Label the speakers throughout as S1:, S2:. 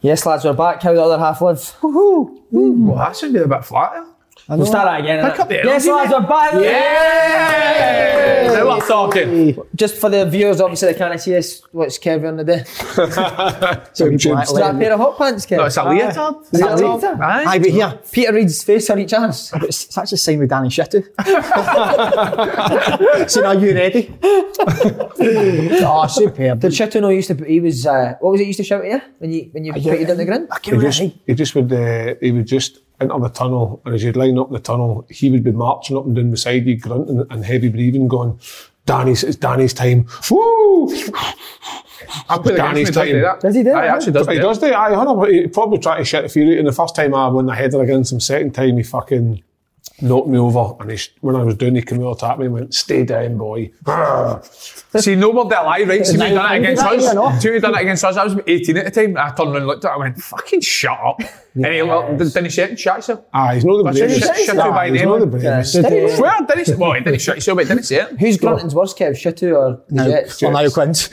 S1: Yes, lads, we're back. How the other half lives.
S2: Woohoo! Well, that should be a bit flatter.
S1: We'll start that again.
S2: Pick
S1: innit?
S2: up the
S1: yes,
S2: energy,
S1: lads, we're back.
S2: Yeah! Now we're talking.
S1: Just for the viewers, obviously they can't see us. What's Kev on the day?
S2: Jim, Jim.
S1: Is that a pair of hot pants, Kev?
S2: No, it's a leotard. It's
S1: a leotard?
S2: Aye.
S3: Aye, but here,
S1: Peter Reid's face on each hand.
S3: it's, it's actually signed with Danny Shitty. so now you ready? oh, superb.
S1: Did Chitto used to? He was. Uh, what was it? Used to shout at you when you when you put it down the ground.
S4: He just, he just would uh, he would just enter the tunnel and as you'd line up in the tunnel he would be marching up and down beside you grunting and heavy breathing going Danny's it's Danny's time woo
S2: I put the
S4: Danny's
S2: gas in,
S4: time.
S2: does
S1: Does he do
S2: Aye,
S1: that?
S2: actually does
S4: he
S2: do
S4: does do it, aye, 100%. he probably tried to shut the fury and the first time I won the header against him second time he fucking knocked me over and he, sh- when I was down he came over to me and went stay down boy
S2: it. See, no word that lie, right? See, when he done it against
S3: Nine.
S2: us. See, when he done it against us. I was 18 at the time. I turned around and looked at it. I went, fucking shut up. And he looked, did- didn't he shut and shut himself?
S4: aye Ah, he's not the
S2: I said,
S4: bravest
S2: shut- shut
S4: Aye,
S2: you by
S4: he's
S2: name.
S4: not the
S2: Yeah.
S4: bravest
S1: Did he?
S2: Swear, didn't he? Well, he didn't shut himself, but he didn't say it.
S1: Who's grunting's worse, Kev? Chitto or the
S3: Now,
S1: Jets?
S3: or now Quint.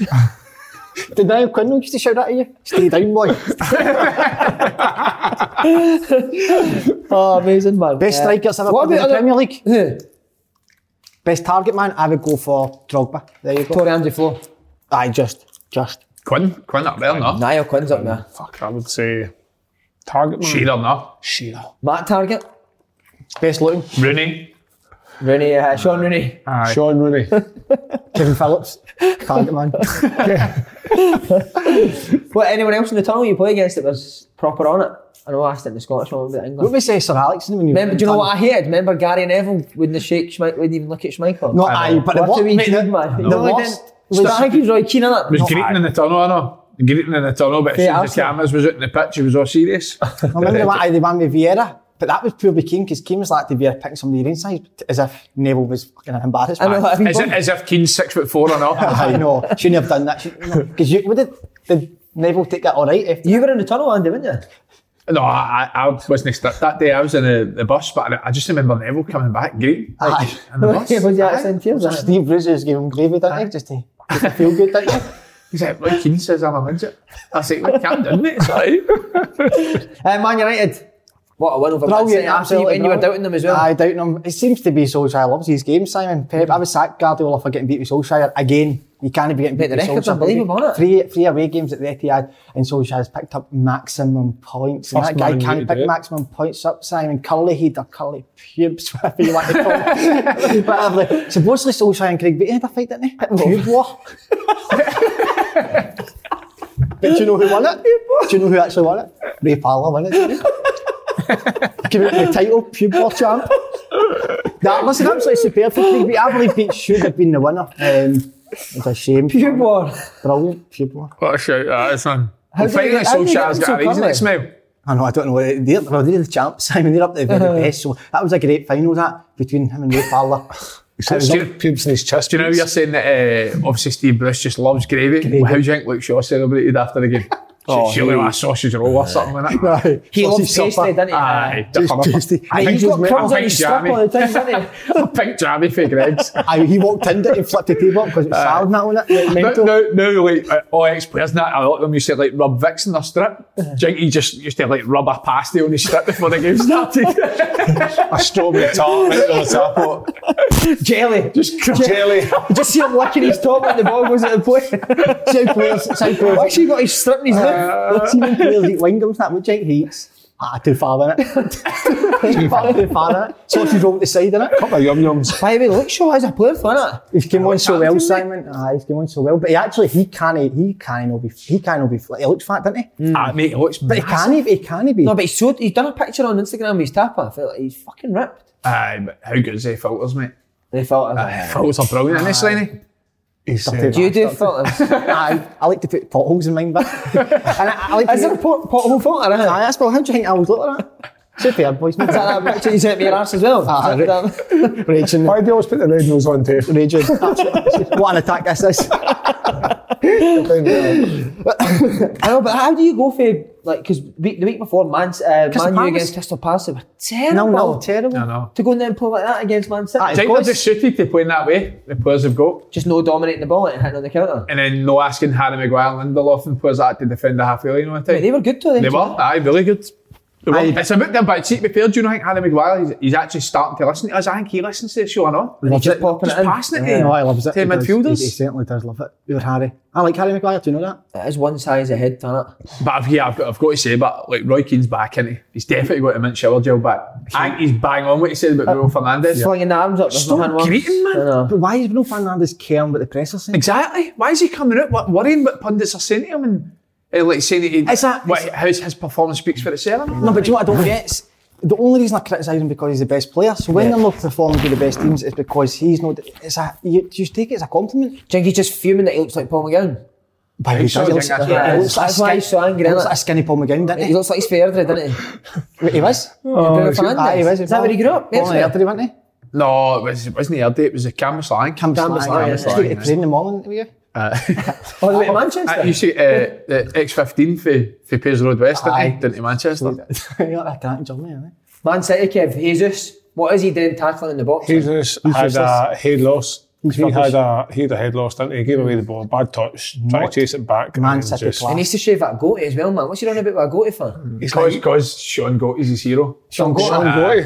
S3: Did Niall Quinn used to shout that at you? Stay down, boy.
S1: Oh, amazing man.
S3: Best
S1: Uh,
S3: strikers ever
S1: What
S3: played in
S1: about
S3: the
S1: other?
S3: Premier League.
S1: Who?
S3: Best target man, I would go for Drogba. There you go.
S1: Tori Andrew Flo.
S3: Aye, just, just.
S2: Quinn, Quinn up there, no.
S1: Niall Quinn's up there.
S4: fuck I would say target man
S2: Shearer, no.
S4: Shearer
S1: Matt Target.
S3: Best looking,
S2: Rooney.
S1: Rooney. Uh, Sean Rooney.
S4: Sean Rooney
S3: Kevin Phillips. Target man.
S1: What? Anyone else in the tunnel you play against that was proper on it? I know I asked it in the Scottish one, but
S3: what
S1: England.
S3: we say, Sir Alex? didn't we, when you
S1: Remember, do you know what I hated? Remember Gary Neville wouldn't the shake Schmeichel, wouldn't even look at Schmeichel.
S3: No, aye, but it
S1: What
S3: was
S1: do we do,
S3: the,
S1: man?
S3: the worst.
S1: Was I think he was Roy Keane on it.
S2: Was Greeting in the tunnel, I know. Greeting in the tunnel, but as
S1: Yeah,
S2: soon as the
S1: Arsenal.
S2: cameras was out in the pitch, he was all serious.
S3: I remember the one, aye, the one with Vieira, but that was purely Keane because Keane was like to be picking somebody inside as if Neville was fucking embarrassed.
S1: I know, I think
S2: As, if- as if Keane's six foot four or not.
S3: I know. Shouldn't have done that. Because you, what did, did Neville take that all right? If,
S1: you were in the tunnel, Andy, weren't you?
S2: No, I, I I wasn't. St- that day I was in the, the bus, but I, I just remember Neville coming back green. Like,
S3: Aye.
S2: in the bus.
S1: Was the
S3: Aye.
S1: accent tears?
S3: So Steve Bruce was giving him gravy, didn't he? Just to, just to feel good, didn't he?
S2: He's like, Roy Keane says I'm a midget. I said, like, can't do it. It's all right.
S1: Uh, Man United. What a win over Man City. Absolutely.
S3: Brilliant, absolutely.
S1: And you were
S3: brilliant.
S1: doubting them as well. Mm-hmm.
S3: Aye, doubting them. It seems to be Solskjaer loves his game, Simon. Pep, I was sacked Guardiola for getting beat with Solskjaer again. You can't be getting
S1: Mate,
S3: beat
S1: the
S3: with
S1: record's
S3: Solskjaer.
S1: unbelievable, isn't it?
S3: Three, three away games at the Etihad, and Solskjaer's picked up maximum points. And
S4: First
S3: that guy
S4: man
S3: can't
S4: to do
S1: eh?
S3: pick
S4: it.
S3: maximum points up, Simon. Curly head or curly pubes, whatever you want to call it. Whatever. Supposedly Solskjaer and Craig Beattie had a fight, didn't they? Pube war. but do you know who won it? Do you know who actually won it? Ray Parlour won it. didn't he? Give it the title, pube war champ. That was absolutely superb for Creed. I believe Pete should have been the winner. Um, it's a shame. Pube war. Brilliant. Pube war.
S2: What a shout that is, man.
S3: How
S2: Well,
S3: did they-
S2: finally,
S3: how did they get
S2: Solskjaer's
S3: them
S2: got a
S3: so
S2: reason
S3: quickly?
S2: to smell.
S3: I know, I don't know. They're, well, they're the champs. I mean, they're up there very best. So that was a great final, that, between him and Ray Fowler.
S2: said Steve
S4: pubes in his chest.
S2: Do you know you're saying that uh, obviously Steve Bruce just loves gravy? Well, how do you think Luke Shaw celebrated after the game?
S3: Oh,
S2: Surely
S3: he-
S2: like a sausage roll or something like that.
S3: Right.
S2: He
S3: Sausage
S2: loves
S3: supper.
S2: pastry, doesn't he? Aye,
S3: Just
S2: different.
S3: pastry.
S2: I
S3: Mate,
S2: think
S3: he's
S2: he's
S3: got
S2: made-
S3: crumbs
S2: I
S3: on his
S2: think
S3: strip all the time,
S2: jammy. A pink jammy for Greg's.
S3: Aye, he walked into it and flipped the table because it's salad and that on it. like,
S2: Now,
S3: mental.
S2: now, now, like uh, all ex-players, and that a lot of them used to like rub Vicks in their strip.
S3: Uh-huh.
S2: Do you think he just used to like rub a pasty on his strip before the game started?
S4: a strawberry tart right on the top. of it.
S3: Jelly.
S2: Just cr-
S4: Jelly.
S3: You just see him licking his top and the ball goes out of play. South Wales, South Wales. Actually, got his strip in his
S2: Uh,
S3: mouth. I've seen him players eat Winghams, that much Jake hates. Ah, too far in it. too far, too far in it. Sausage roll to the side in it.
S4: Couple of yum yums.
S3: By the way, look, Shaw is a player, for it? He's came on so well, Simon. Ah, he's came on so well. But he actually, he can't, he can't be, he can't be, he looks fat, doesn't he?
S1: Mm.
S2: ah, mate, it looks
S3: But he can't, he can't be.
S1: No, but he's so he's done a picture on Instagram of his tapper. I feel like he's fucking ripped.
S2: Aye, but Um, how good is their filters, mate?
S1: They felt
S2: Aye, filters are brilliant, aren't they, Slaney?
S4: He's
S3: Dirty
S4: said,
S1: Do you do filters?
S3: I, I like to put potholes in mine, but and I, I like to
S1: Is it a pot, pothole filter? Is it?
S3: Aye, that's well. How do you think I was looking at? it? Superb, boys.
S1: Is that that picture you sent me your arse as well?
S3: Ah,
S1: Is that- that-
S3: Raging,
S4: Why do you always put the red nose on tape?
S3: raging. what an attack this is.
S1: I know, but how do you go for like because week, the week before Man, uh,
S3: Crystal
S1: Man U
S3: Palace.
S1: against Crystal Palace they were
S3: No,
S1: terrible.
S3: no, terrible.
S2: I know.
S1: To go and then play like that against Man City,
S3: Aye.
S2: Do
S1: Just-
S2: you think they're just suited to playing that way? The players have got.
S1: just no dominating the ball and hitting on the counter.
S2: and then no asking Harry Maguire and Lindelof and players that had to defend the halfway line all the
S1: Mate,
S2: time.
S1: they were good to them.
S2: They were, aye, really good. They were.
S3: Aye.
S2: It's about them, but to be fair, do you know, I think Harry Maguire, he's, he's actually starting to listen to us. I think he listens to the show, I know.
S3: Loves
S2: just
S3: it.
S1: popping
S2: just
S1: it in.
S2: passing it to,
S3: Yeah, no, I loves it.
S2: to
S3: He does.
S2: midfielders.
S3: He, he certainly does love it. You're Harry. I like Harry Maguire. Do you know that?
S1: It is one size ahead, turn it.
S2: But I've, yeah, I've got, I've got to say, but like Roy Keane's back, isn't he? He's definitely got to mint shower gel back. I think he's bang on what he said about Bruno Fernandes.
S1: Uh, Flinging the arms up. there's no
S2: Stop
S1: hand one.
S2: greeting, man.
S1: I know.
S3: But why is Bruno Fernandes caring what the press are saying?
S2: Exactly. Why is he coming out what, worrying what pundits are saying to him and uh, like saying that he,
S3: It's a-
S2: what, how his his performance speaks for itself?
S3: No, but do you know what I don't get? It's the only reason I criticise him because he's the best player. So when they're not performing with the best teams, it's because he's not. It's a you, you take it as a compliment.
S1: Do you think he's just fuming that he looks like Paul McGowan?
S3: By
S2: think so, I think that's what it
S3: he
S1: is.
S3: looks like a
S1: That's why he's so angry,
S3: He looks
S1: isn't
S3: like a skinny Paul McGowan, didn't
S1: He
S3: he?
S1: looks like he's Fairdred, doesn't he?
S3: He was.
S1: Bruno Fernandes.
S3: Aye, he was.
S1: Is that where he grew up?
S3: Born in
S1: Maidstone?
S3: Airdrie, wasn't he?
S2: No, it, was, it wasn't the Airdrie, it was the Camus Line.
S3: Campbell
S2: Slang,
S3: Slang.
S2: Camus Line,
S3: He
S2: aye.
S3: was in the morning, were you?
S1: All the way to
S2: Uh,
S1: Manchester.
S2: you see, uh, the X15 for, for Pairs Road West, didn't
S3: Aye.
S2: he? Didn't he, Manchester?
S3: You're like that in Germany, aren't you?
S1: Man City, Kev, Jesus. What is he doing tackling in the box?
S4: Jesus had a head loss. He
S3: rubbish.
S4: had a he had a head loss, didn't he? He gave away the ball, bad touch, trying
S3: Not
S4: to chase it back.
S3: Man
S4: and
S3: City
S4: just-
S3: class.
S1: He needs to shave that goatee as well, man. What's he on about with a goatee for?
S2: Because Sean Goat is his hero.
S3: Sean
S4: Sean Goy.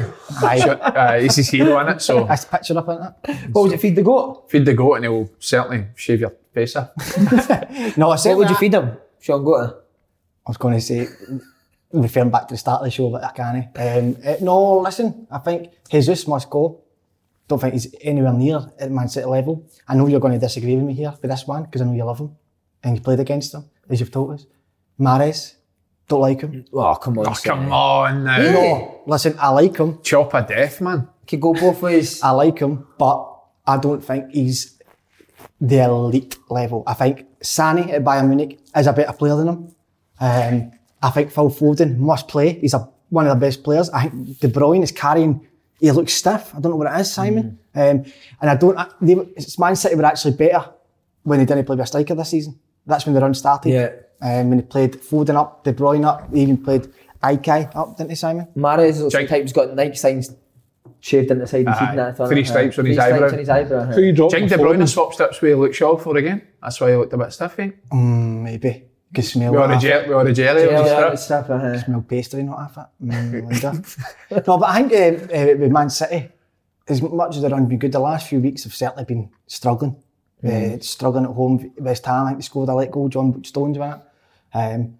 S2: Sean- uh, he's his hero, innit? So
S3: That's picture up, isn't it?
S1: What was it, feed the goat?
S2: feed the goat and he'll certainly shave your face off.
S3: No, I said
S1: What would you
S3: that.
S1: feed him? Sean Goatee.
S3: I was going to say, referring back to the start of the show, but I can't. Um, eh, no, listen, I think Jesus must go. Don't think he's anywhere near at Man City level. I know you're going to disagree with me here for this one because I know you love him and you played against him as you've told us. Mares, don't like him.
S1: Oh, come on.
S2: Oh, come on now.
S3: No, listen, I like him.
S2: Chop a death, man.
S1: Could go both ways.
S3: I like him, but I don't think he's the elite level. I think Sani at Bayern Munich is a better player than him. Um, I think Phil Foden must play. He's a, one of the best players. I think De Bruyne is carrying. He looks stiff. I don't know what it is, Simon.
S1: Hmm.
S3: Um, and I don't. I, they, it's Man City were actually better when they didn't play with a striker this season. That's when the run started.
S1: Yeah.
S3: Um, when they played Foden up, De Bruyne up, they even played Ikai up, didn't they, Simon?
S1: Mares looks
S2: Jake-
S1: like type has got Nike signs shaved in the side and
S2: Aye.
S1: feeding that. to him.
S2: Three stripes on his
S1: Three stripes
S2: eyebrow.
S1: on his eyebrow.
S4: Who you dropped
S2: Do you think De
S4: before
S2: Bruyne
S4: him?
S2: swapped up with Luke Shaw for again? That's why he looked a bit stiffy.
S3: Maybe. Could smell
S2: We
S3: it
S2: were a
S3: after.
S2: jelly. We were a jelly.
S1: Yeah,
S2: on the
S1: yeah,
S2: strip.
S1: it's stuff, uh,
S3: smell pastry, not half it. Mm, wonder. no, but I think uh, uh, with Man City, as much as the run's been good, the last few weeks have certainly been struggling.
S1: Mm.
S3: Uh, struggling at home, West Ham, I think they scored a late goal, John Stones won it. Um,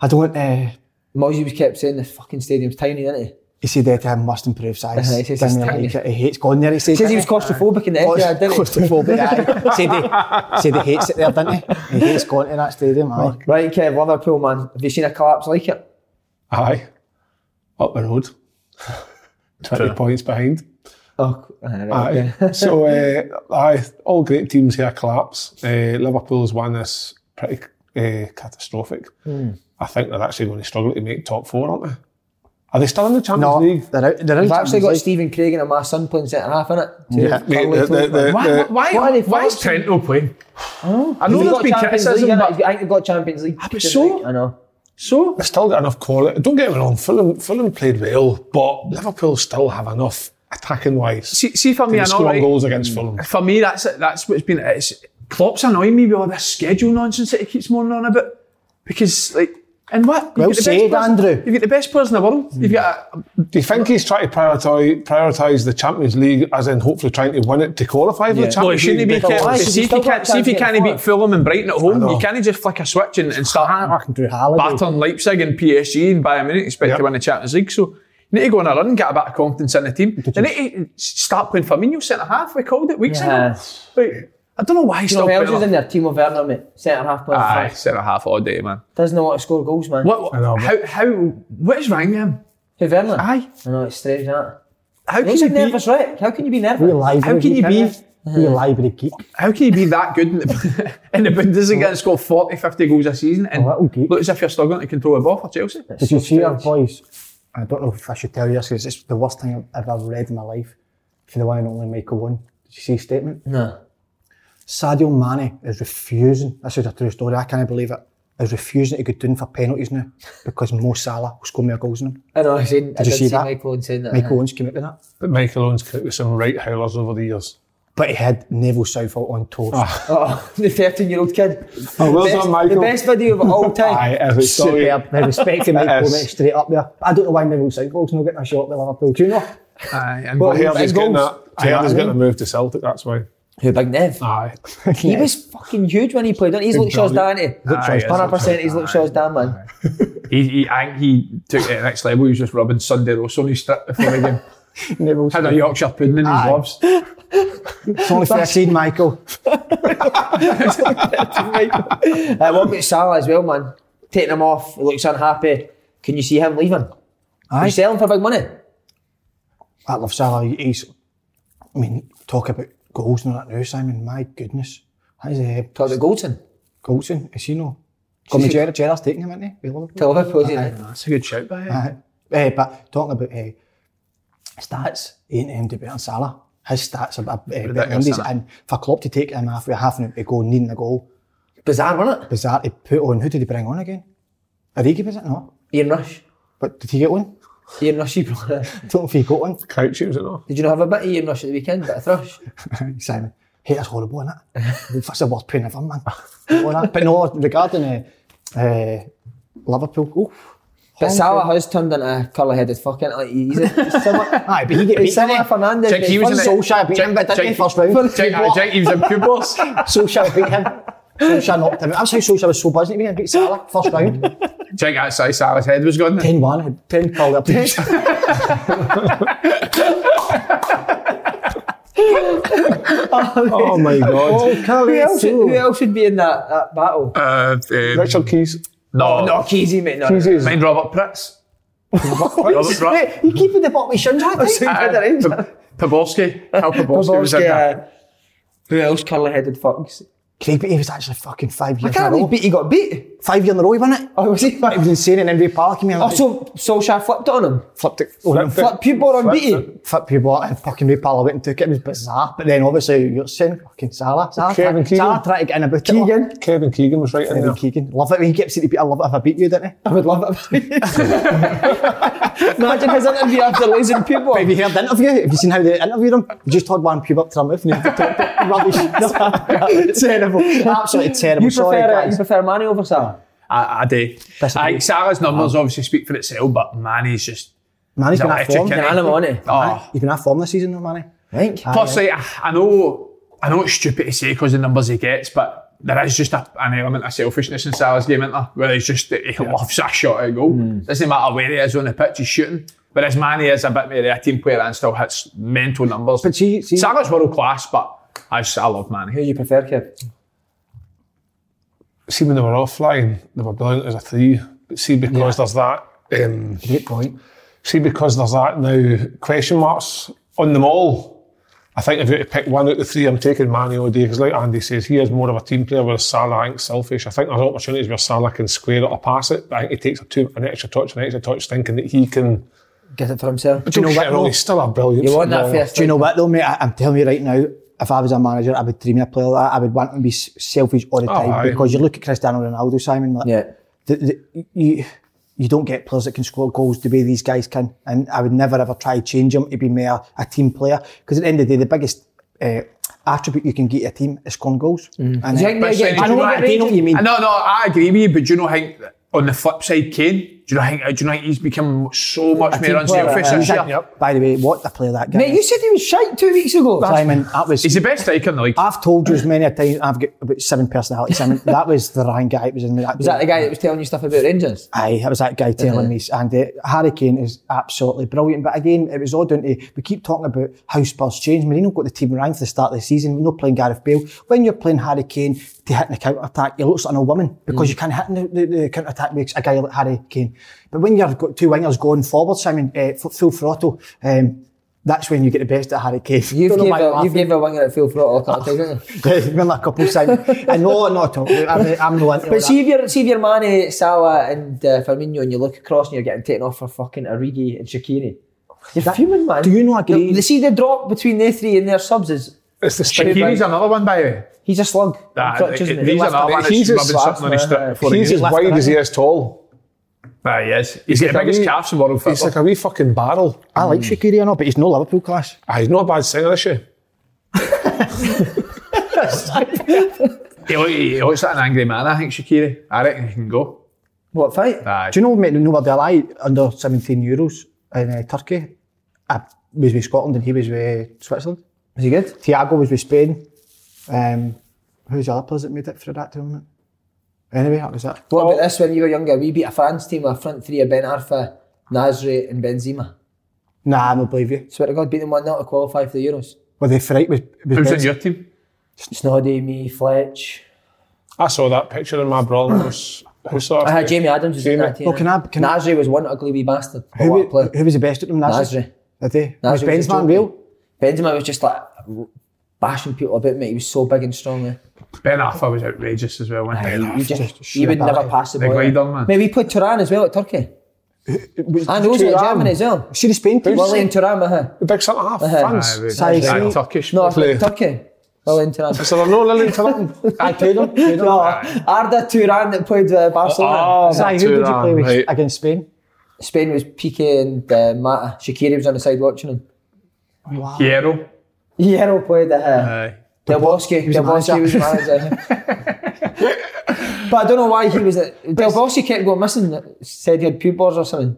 S3: I don't, uh,
S1: Moyes was kept saying the fucking stadium's tiny, didn't he?
S3: he said that I must improve size.
S1: Uh-huh, he says
S3: Didn't
S1: it's
S3: really
S1: tiny.
S3: like it. He hates going there, he said.
S1: He says he was
S3: didn't
S1: claustrophobic in the
S3: Claust-
S1: Etihad, didn't he?
S3: Claustrophobic, aye. Said he, said he hates it there, didn't he? He hates going to that stadium, aye.
S1: Right, Kev, Liverpool, man. Have you seen a collapse like it?
S4: Aye.
S5: up the road, 20
S6: Fair.
S5: points behind.
S3: Oh,
S1: uh,
S5: Aye. so, uh, aye, all great teams here collapse. Uh, Liverpool's won this pretty uh, catastrophic.
S4: Hmm.
S5: I think they're actually going to struggle to make top four, aren't they? Are they still in the Champions League?
S4: They're out, they're
S3: We've
S4: out
S3: actually got Stephen Craig and my son playing centre half, innit? Two
S5: Yeah. Mate,
S3: curly
S5: the- the-
S3: toes,
S5: the-
S3: man.
S5: Why- the- why-
S3: What are they
S2: Why is
S3: fucking-
S2: Trento playing? I
S3: He's
S2: know
S3: got
S2: there's been
S3: Champions League,
S2: criticism,
S3: innit?
S2: but
S3: He's got- I think they've got Champions League.
S5: but
S3: Champions
S5: so-
S3: League, I know.
S5: So they've still got enough quality. Don't get me wrong, Fulham Fulham played well, but Liverpool still have enough attacking wise.
S2: see, see for
S5: They
S2: me, I
S5: can
S2: know,
S5: score
S2: right?
S5: goals against Fulham.
S2: For me, that's it. That's what's been. It's Klopp's annoying me with all this schedule nonsense that he keeps moaning on about because, like, and what?
S4: Well
S2: You've got the best
S4: said,
S2: players-
S4: Andrew. Mm.
S2: You've got the best players in the world. You've got a,
S5: Do you think he's trying to prioritise prioritise the Champions League as in hopefully trying to win it to qualify for the
S2: Well, it
S5: Champions
S2: shouldn't
S5: League?
S2: be
S5: Because-
S2: kept.
S3: why? Because
S2: See
S3: you
S2: if you
S3: still got
S2: can't, see if you
S3: Champions
S2: can't
S3: League
S2: beat Fulham and Brighton at home,
S5: know.
S2: you can't just flick a switch and, and start
S4: Fucking through Halliday.
S2: battering Leipzig and PSG and Bayern Munich, expect
S5: Yep.
S2: to win the Champions League. So you need to go on a run and get a bit of confidence in the team. They need to start playing Firmino centre half. We called it weeks
S3: Yes.
S2: ago. Like, I don't know why he's
S3: You know
S2: still
S3: who else
S2: playing.
S3: is in
S2: him.
S3: there? Timo Werner, mate. Centre half player.
S2: Aye, centre half all day, man.
S3: Doesn't know what to score goals, man.
S2: What?
S5: I know, but-
S2: how? How? What is wrong with him?
S3: Who, Werner?
S2: Aye.
S3: I know, it's strange, that.
S2: How can
S3: Makes
S2: you
S3: him
S2: be?
S3: nervous, right? How can you be nervous?
S4: We library
S2: How can you be?
S4: We library geek.
S2: How can you be that good in the, in the Bundesliga and score 40, 50 goals a season and
S4: little geek.
S2: look as if you're struggling to control the ball for Chelsea?
S4: Did you see our boys? I don't know if I should tell you this because it's the worst thing I've ever read in my life. For the one and only Michael One. Did you see his statement?
S3: No.
S4: Sadio Mane is refusing. This is a true story. I can't believe it. Is refusing to go down for penalties now because Mo Salah will score more goals than him.
S3: I know, I, seen, I
S4: Did you
S3: did
S4: see
S3: see,
S4: that?
S3: Michael Owen saying that.
S4: Michael Owens came out with that.
S5: But Michael Owen's kicked with some right howlers over the years.
S4: But he had Neville Southall on toast.
S3: Oh, the 13 year old kid.
S5: Oh, Ah, well
S3: the best,
S5: done, Michael.
S3: The best video of all time.
S5: Aye, every story.
S4: Superb. My respect for Michael
S5: Yes.
S4: Owen straight up there. I don't know why Neville Southall's not getting a shot with Liverpool. Do you know?
S2: Aye, and
S5: I heard
S4: Big
S5: he's getting
S4: goals.
S5: a, I heard he's
S4: Yeah.
S5: getting a move to Celtic, that's why.
S3: Who, Big Nev?
S5: Aye.
S3: He was fucking huge when he played. didn't he? He's
S5: Big
S3: looked Shaw's
S5: Johnny.
S3: Dan.
S2: Looked Shaw's Dan.
S3: 100% he's looked Shaw's Dan, man.
S2: he, he, I think he took it to the next level. He was just rubbing Sunday roast on his strip before the game.
S4: Neville
S2: Had a
S4: Southall.
S2: Yorkshire pudding in his
S4: Aye.
S2: gloves.
S4: It's only 13, Michael.
S3: Uh, what about Salah as well, man? Taking him off, he looks unhappy. Can you see him leaving? Aye. You selling for big money?
S4: I love Salah. He- He's, I mean, talk about goals and all that now, Simon. My goodness. That is a
S3: Talk about Goldson.
S4: Goldson. Is he no? Come and Gerard. Gerard's taking him, isn't he? We love him.
S3: To Liverpool, isn't it?
S2: That's a good shout by him.
S4: Aye. Eh, but talking about eh, stats, ain't him to better than Salah. His stats are uh, better than
S2: Ridiculous,
S4: Andy's.
S2: isn't it?
S4: And for Klopp to take him after half an hour to go, needing a goal,
S3: Bizarre, wasn't it?
S4: bizarre to put on. Who did he bring on again? Origi, was it? No.
S3: Ian Rush.
S4: But did he get on?
S3: Ian Rush, he brought in.
S4: I don't know if he got on.
S5: Crouchy, was it not?
S3: Did you not have a bit of Ian Rush at the weekend? Bit of thrush?
S4: Simon, hate is horrible, innit? That's the worst pain ever, man. All that. But no, regarding uh, uh, Liverpool, oof.
S3: But Salah has turned into a curly-headed fucking. Like, he's a, he's similar,
S4: Aye, but he get beat,
S3: he's similar
S4: didn't
S3: to
S4: he?
S3: Fernandez.
S2: Jake, he was in
S4: First
S2: it.
S4: Solskjaer beat
S2: Jake-
S4: him, but didn't he,
S2: Jake-
S4: first round?
S2: Jake, aye, Jake, he was in pupils.
S4: Solskjaer beat him. Solskjaer knocked him out. That's how Solskjaer was so buzzing at me and beat Salah first round.
S2: Jake, that's how Salah's head was gone.
S4: 10 1, 10 call up. Aye,
S5: Oh my God.
S3: who, else, who else would be in that, that battle?
S2: Uh, um,
S5: Richard Keys.
S4: Oh,
S2: no,
S3: no, Keezy, mate. No,
S5: Keezy is-
S2: Mind Robert Pritz. Robert Pritz.
S4: Mate, he keeping the bottom of his shins, I think.
S2: Aye, P- Poborski. How Poborski was
S3: Podolski,
S2: in there.
S3: uh, who else curly-headed fucks?
S4: Craig, but he was actually fucking five
S3: I
S4: years in a
S3: can't believe
S4: row.
S3: beat, he got beat.
S4: Five years in a row, he won it.
S3: Oh, was he?
S4: It was insane. And then Ray Parlour came in and
S3: Oh,
S4: like,
S3: so Solskjaer flipped it on him.
S4: flipped it. Oh, no.
S3: Flipped Pubor on Beattie.
S4: Fit people out and fucking Ray Parlour went and took it. It was bizarre. But then obviously you're saying fucking Salah. Salah,
S5: Kevin
S4: tried, Salah
S5: Keegan.
S4: tried to get in about it.
S3: Keegan.
S5: Kevin Keegan was right in
S4: Kevin
S5: there.
S4: Keegan. Love it when he kept saying to beat I love it if I beat you, didn't he?
S3: I would love it. Imagine his interview after losing
S4: Have you
S3: Pubor.
S4: heard the interview? Have you seen how they interviewed him? He just had one pube up to her mouth and he talked about rubbish. terrible. Absolutely terrible.
S3: You
S4: Sorry,
S3: prefer, uh, you
S4: guys.
S3: prefer Mane over Salah?
S2: I, I do. I, Salah's numbers obviously speak for itself, but man, he's just.
S4: Man, he's been at
S2: electric,
S4: form.
S2: isn't he?
S3: An animal, isn't he?
S2: Oh.
S4: He's been at form this season, though, Manny.
S3: Think.
S2: Plus, like, I- I know, I know it's stupid to say because the numbers he gets, but there is just a, an element of selfishness in Salah's game, isn't there? Where he's just he loves a shot at goal.
S4: Hmm.
S2: Doesn't matter where he is on the pitch, he's shooting. Whereas Manny is a bit more of a team player and still hits mental numbers.
S4: But see- see-
S2: Salah's world class, but I just I love Manny.
S3: Who do you prefer, Kev?
S5: See, when they were all flying, they were brilliant as a three. But see, because there's that. Um,
S4: Great point. see, because there's that now question marks on them all, I think if you were to pick one out of the three, I'm taking Manny all day because, like Andy says, he is more of a team player, whereas Salah, I think, selfish. I think there's opportunities where Salah can square it or pass it, but I think he takes a two, an extra touch, an extra touch, thinking that he can.
S1: Get it for himself.
S4: But you know what? He's still a brilliant
S1: You want that
S4: footballer.
S1: first
S3: Do you know what though, mate? I, I'm telling you right now, if I was a manager, I would dream of a player like that. I would want him to be s- selfish all the
S4: Oh,
S3: time
S4: aye.
S3: because you look at Cristiano Ronaldo, Simon. Like,
S1: Yeah.
S3: the, the, you you don't get players that can score goals the way these guys can, and I would never ever try to change him to be more a team player because at the end of the day, the biggest uh, attribute you can get your team is scoring goals. And,
S1: Do you
S3: uh,
S1: think they'll get-
S3: I know what I do know what you mean.
S2: No, no, I agree with you, but do you know think on the flip side, Kane? Do you know think? Do you know think he's become so much
S3: team
S2: more
S3: player,
S2: unselfish
S3: uh,
S2: this year?
S3: By the way, what a player that guy!
S1: Mate,
S3: is.
S1: you said he was shite two weeks ago.
S3: Simon, that was
S2: He's the best striker in the league.
S3: I've told you as many a time. I've got about seven personalities. Simon, that was the Ryan guy. It was in that.
S1: Was that the guy that was telling you stuff about Rangers?
S3: Aye, that was that guy telling me. And uh, Harry Kane is absolutely brilliant. But again, it was all down to we keep talking about how Spurs change. Marino got the team ranked for the start of the season. We're not playing Gareth Bale. When you're playing Harry Kane to hit in the counter attack, you look like an old woman because
S1: Mm.
S3: you can't hit in the, the, the counter attack makes a guy like Harry Kane. But when you've got two wingers going forward, Simon, uh, f- full throttle, um, that's when you get the best at Harry Kane.
S1: You've
S3: Don't know
S1: gave,
S3: why I'm
S1: a,
S3: laughing.
S1: you've gave a winger at full throttle a couple of times, haven't you?
S3: Been like a couple of times. And no, not at all. I'm, I'm no into
S1: But
S3: that.
S1: see if you're see if you're Mane, Salah, and uh, Firmino, and you look across and you're getting taken off for fucking Origi and Shaqiri. You're fuming, man.
S3: do you not agree?
S1: They see the drop between they three and their subs is
S4: It's the stinky.
S2: Shaqiri's another one, by the way.
S1: he's a slug.
S2: That-
S1: Crutches,
S2: it-
S1: mate.
S2: these
S1: Left
S2: are
S1: up.
S2: the
S4: He's
S2: He's
S4: just
S2: rubbing something on his
S1: slapped,
S2: strip before he
S4: He's
S2: goes.
S4: as wide as he is tall.
S2: Aye, he is. He's got the
S4: like a
S2: biggest
S4: wee-
S2: calves in world
S4: He's
S2: football.
S4: like a wee fucking barrel.
S3: I like Shakiri, I know, but he's no Liverpool class.
S4: Ah, he's not a bad singer, is she?
S2: He look- He looks like an angry man, I think, Shaqiri. I reckon he can go.
S1: What fight?
S2: Aye.
S3: Do you know, mate, nobody lie under 17 euros in uh, Turkey? I was with Scotland and he was with Switzerland.
S1: Was he good?
S3: Thiago was with Spain. Um, who's the other players that made it for that tournament? Anyway, that was it.
S1: What about this when you were younger? We beat a France team with a front three of Ben Arfa, Nasri, and Benzema.
S3: Nah, I don't believe you.
S1: Swear to God, beat them one 0 to qualify for the Euros.
S3: Were they fright was, was
S2: Who's on
S3: best?
S2: your team?
S1: Snoddy, me, Fletch.
S4: I saw that picture in my brother was who saw
S2: Uh-huh,
S1: I had
S4: it?
S1: Jamie Adams was in
S4: Jamie.
S1: that team.
S3: Well, can I- can I-
S1: Nasri was one ugly wee bastard. but
S3: who,
S1: what a player.
S3: who was the best at them? Nasri.
S1: Nasri.
S3: Did they?
S1: Nasri was
S3: was
S1: a
S3: Benzema
S1: joke.
S3: real?
S1: Benzema was just like bashing people about me. He was so big and strong. eh?
S2: Ben Arfa was outrageous as well, wasn't he?
S1: You just,
S3: just
S1: you would
S3: sheer
S1: never
S3: ability.
S1: pass the
S2: The
S1: ball.
S2: glider, man.
S1: Mate, we played Turan as well at Turkey. And those at
S4: Turan.
S1: Germany as well.
S3: See the Spain team?
S1: Willie and Turan, huh?
S4: The big centre half, France.
S2: Aye, we-
S3: Size
S2: aye,
S3: eight.
S2: Turkish.
S1: No, I
S4: Play.
S1: played Turkey. Willie and Turan.
S4: So they're no Lillian Tilton. I played him. Played him.
S1: No, Arda Turan that played uh, Barcelona.
S4: Oh,
S3: Aye, Ah, who did you play with
S4: Right.
S3: against Spain?
S1: Spain was PK and uh, Mata. Shaqiri was on the side watching him.
S2: Hierro.
S1: Hierro played at uh,
S2: Aye.
S1: Del Bosque. Del Bosque
S3: manager.
S1: was manager. eh? but I don't know why he was at. Del Bosque kept going missing. Said he had pupils or something.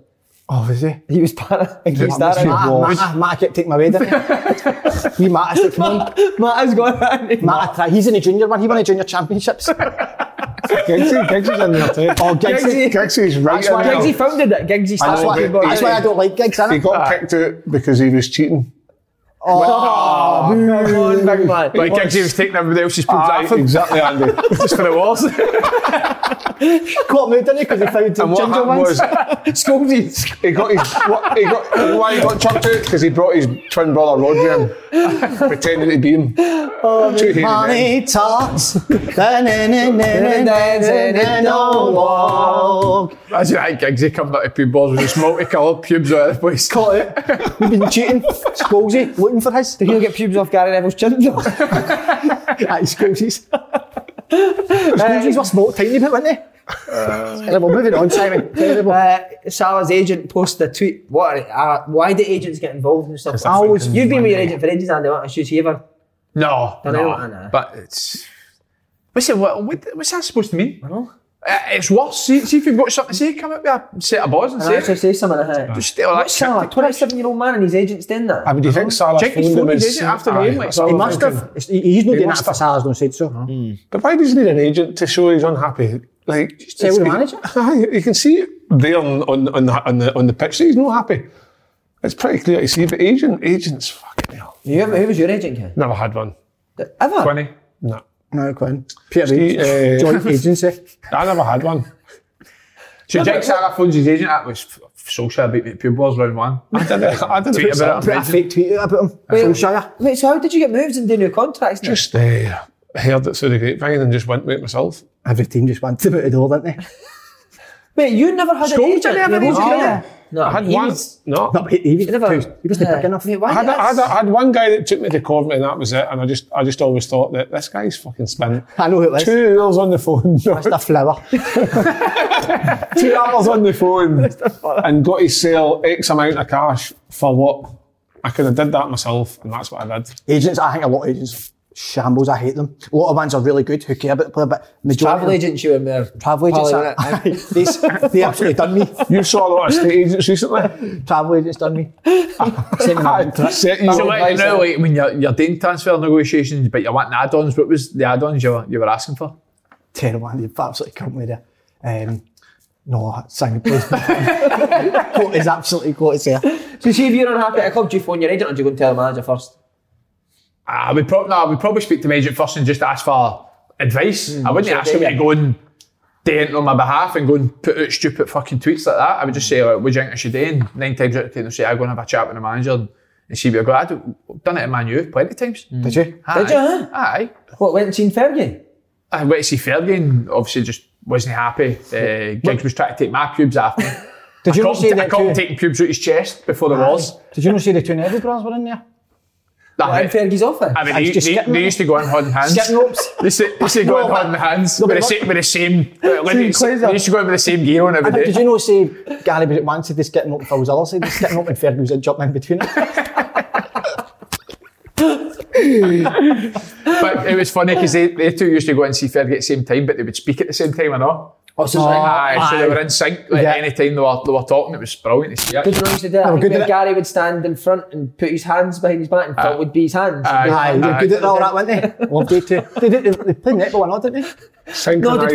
S3: Oh, was he?
S1: He was para. He was
S3: Matt,
S1: starting.
S3: Matt, Matt kept taking my way down. Wee Matt, I said, come on.
S1: Matt has gone.
S3: Matt, I try. He's in the junior one. He won the junior championships.
S4: Giggsy, Giggsy's in there too.
S3: Oh, Giggsy.
S4: Giggsy's right
S3: That's why
S4: in
S1: Giggsy
S4: there.
S1: founded it. Giggsy
S3: That's
S1: started
S3: why,
S1: it.
S4: but
S3: that's why I don't like gigs,
S4: He
S3: innit?
S4: got kicked out because he was cheating.
S3: Oh,
S1: Come on, big man.
S2: Like Giggsy was taking everybody else's pubs
S4: Aye,
S2: out of him.
S4: exactly, Andy.
S2: Just for it was.
S3: got me, didn't he? Because he found the
S4: And what
S3: ginger
S4: happened was
S3: ones.
S4: he got his what, he got you know why he got chucked out because he brought his twin brother Rodri in, pretending to be him. Two hated men.
S3: Money talks. Caught
S2: Imagine that Giggsy coming out of pubs balls with his multicoloured pubes all over the place.
S3: it. We've been cheating. Scholesy, looking for his.
S1: Did he get pubes off Gary Neville's chin? No.
S3: Aye, Scholesies.
S2: Um,
S3: Scholesies were small, tiny bit, weren't they?
S4: Uh,
S3: Terrible. Moving on, Simon. Terrible.
S1: Uh, Salah's agent posted a tweet. What? are- Uh, why do agents get involved in stuff?
S3: I always-
S1: You've been with your agent for ages, Andy. What issues he ever?
S2: No,
S1: I know, I
S2: no.
S1: know.
S2: But it's. Listen, what, what, what's that supposed to mean? I know. It's worse. See, see if you've got something to say, come up with a set of balls and
S1: Can I
S2: say
S1: actually
S2: it.
S1: say something? Uh,
S2: Just stay like
S1: What's Salah? Twenty-seven-year-old man and his agent's doing that.
S4: I mean, do you think Salah
S2: Jenkins
S4: phoned him
S2: phoned
S4: and
S2: his
S4: said-
S2: agent after the
S4: Aye,
S2: game, like,
S4: that's all
S3: He
S4: I'm
S3: must
S4: thinking.
S3: have. It's- he- He's not doing that
S4: must
S3: for
S4: have.
S3: Salah's not said so.
S4: But why does he need an agent to show he's unhappy? Like just
S1: tell the manager.
S4: Aye, you can see it there on on on the on the, on the pitch that he's not happy. It's pretty clear to see. But agent agents fucking hell.
S1: You ever, who was your agent? Ken?
S4: Never had one.
S1: Ever?
S2: Funny.
S4: No,
S3: No, Quinn. Peter
S4: See,
S3: Reid.
S4: uh,
S3: Joint agency.
S4: I never had one.
S2: So Jake Sarah phones his agent, that was f- Solskjaer beat me at Pure Balls round one.
S4: I did it. I did
S2: Tweet
S4: it.
S2: about it.
S3: Put a fake tweet out about him. Solskjaer.
S1: Wait, so how did you get moved and do new contracts? Now?
S4: Just uh, heard it through the grapevine and just went with it myself.
S3: Every team just went to put the door, didn't they?
S1: Wait, you never had
S3: Scholes
S1: an agent.
S3: didn't have an
S1: You
S3: agent,
S1: lost-
S3: did he?
S1: No,
S4: I had
S1: he
S4: one.
S1: was-
S4: no.
S3: No, but he, he was,
S1: Never-
S3: too- he was the
S1: Yeah.
S3: big enough.
S1: Wait, why
S4: I had,
S1: did
S4: I, had, I had one guy that took me to Coventry and that was it. And I just I just always thought that this guy's fucking spinning.
S3: I know who it was.
S4: Two hours on the phone.
S3: Mr. Flower.
S4: two hours on the phone and got to sell X amount of cash for what? I could have did that myself and that's what I did.
S3: agents, I think a lot of agents shambles. I hate them. A lot of ones are really good who care about the player, but majority
S1: Travel agents you were in there.
S3: travel agents,
S1: Probably,
S3: are,
S1: wasn't it?
S3: they, s- they absolutely done me.
S4: You saw a lot of estate agents recently.
S3: Travel agents done me. Same with my own trip.
S4: Set you
S2: So
S4: up.
S2: like, you know, like when you're, you're doing transfer negotiations, but you're wanting add-ons, what was the add-ons you were, you were asking for?
S3: Terrible. Andy, You've absolutely come with it. Um, no, Simon, please. quote is absolutely quote is there.
S1: So see if you're unhappy at a club, do you phone your agent or do you go and tell the manager first?
S2: I would probably, no, I would probably speak to my agent first and just ask for advice. I wouldn't
S1: Hmm, so
S2: ask him
S1: they-
S2: to go and do anything on my behalf and go and put out stupid fucking tweets like that. I would just say, like, what do you think I should do? And nine times out of ten, they'll say, I go and have a chat with the manager and, and see where I go. I do, done it in Man U plenty of times.
S3: Did you?
S2: Aye.
S1: Hmm. Did you, huh?
S2: Aye.
S1: What, went and seen Fergie?
S2: I went to see Fergie and obviously just wasn't happy. Uh, Giggs was trying to take my pubes off me.
S3: Did you
S2: I
S3: not
S2: caught,
S3: see
S2: him, I
S3: that?
S2: caught him
S3: Two,
S2: taking pubes out his chest before the wars.
S3: did you not see the two Neville brothers were in there?
S2: Nah,
S1: What, in Fergie's office?
S2: I mean,
S3: I was
S2: they,
S3: just
S2: they,
S3: getting
S2: they
S3: them.
S2: used to go in holding hands.
S3: Skip ropes.
S2: They used to, they used to go in holding hands
S3: no,
S2: with,
S3: but
S2: the
S3: what-
S2: same, with the same. Like, they, used to-
S3: clothes on.
S2: they used to go in with the same gear on every
S3: And
S2: day.
S3: did you not see Gary was at one side, they skipping up and Phil's other side, they skipping up and Fergie was jumping in between them?
S2: But it was funny because they, they two used to go and see Fergie at the same time, but they would speak at the same time, I know.
S1: Oh, so it's
S3: Oh,
S1: like,
S2: Aye, so they
S3: aye.
S2: were in sync. Like,
S3: Yeah.
S2: any time they were, they were talking, it was brilliant to see it.
S1: Did you know he used to do that?
S3: Oh, good,
S1: Where
S3: did it?
S1: Gary would stand in front and put his hands behind his back and Phil would be his hands.
S3: Aye,
S2: Uh, Aye.
S3: they're good at all that, weren't they? Loved you too. They, did, they, they played netball a lot, didn't they?
S1: No, did
S4: Synchronised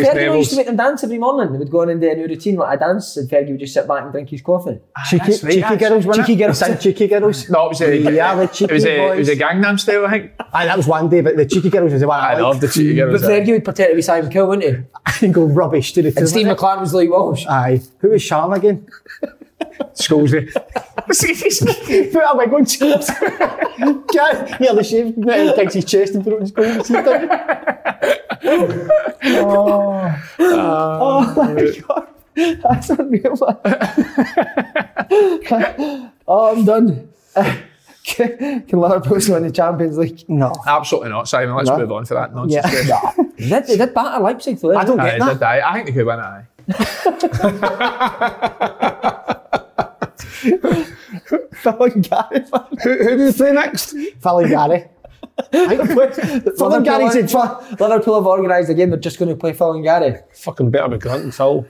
S1: Fergie not used to
S4: levels.
S1: make them dance every morning? They would go in and do a new routine like a dance and Fergie would just sit back and drink his coffee.
S3: Cheeky,
S2: Ah, that's right,
S3: cheeky
S2: that's-
S3: girls,
S2: wasn't
S3: cheeky
S2: it?
S3: girls, and cheeky girls.
S2: No, it was a,
S3: Yeah, the
S2: it,
S3: cheeky
S2: was a,
S3: boys.
S2: it was a Gangnam style, I think.
S3: Aye, that was one day, but the cheeky girls was the one I,
S2: I loved the cheeky girls.
S1: But Fergie would pretend to be Simon Kill, wouldn't he?
S3: And go rubbish to the two.
S1: And Steve
S3: weren't
S1: McLaren was Lee Walsh.
S3: they? Aye, who was Charlton again?
S2: Schools day.
S3: Put a wig on Charles. Gary nearly shaved, and takes his chest and put it on his golden teeth. didn't he?
S2: Um,
S3: Oh, oh
S2: uh,
S3: my god, that's unreal.
S1: Oh, I'm done. can can Liverpool win the Champions League?
S3: No,
S2: Absolutely not, Simon. Let's move on to that nonsense.
S3: yeah, no.
S1: They did, they did batter Leipzig though.
S3: I don't
S2: Aye,
S3: get that.
S2: did I? I think they could win it, aye.
S3: Phil and Gary,
S4: Who, who do you play next?
S3: Phil and Gary. I think we- Phil and Gary said, "Fuck."
S1: Liverpool have organised a game, they're just going to play Phil and Gary.
S4: Fucking better be Grant and Phil.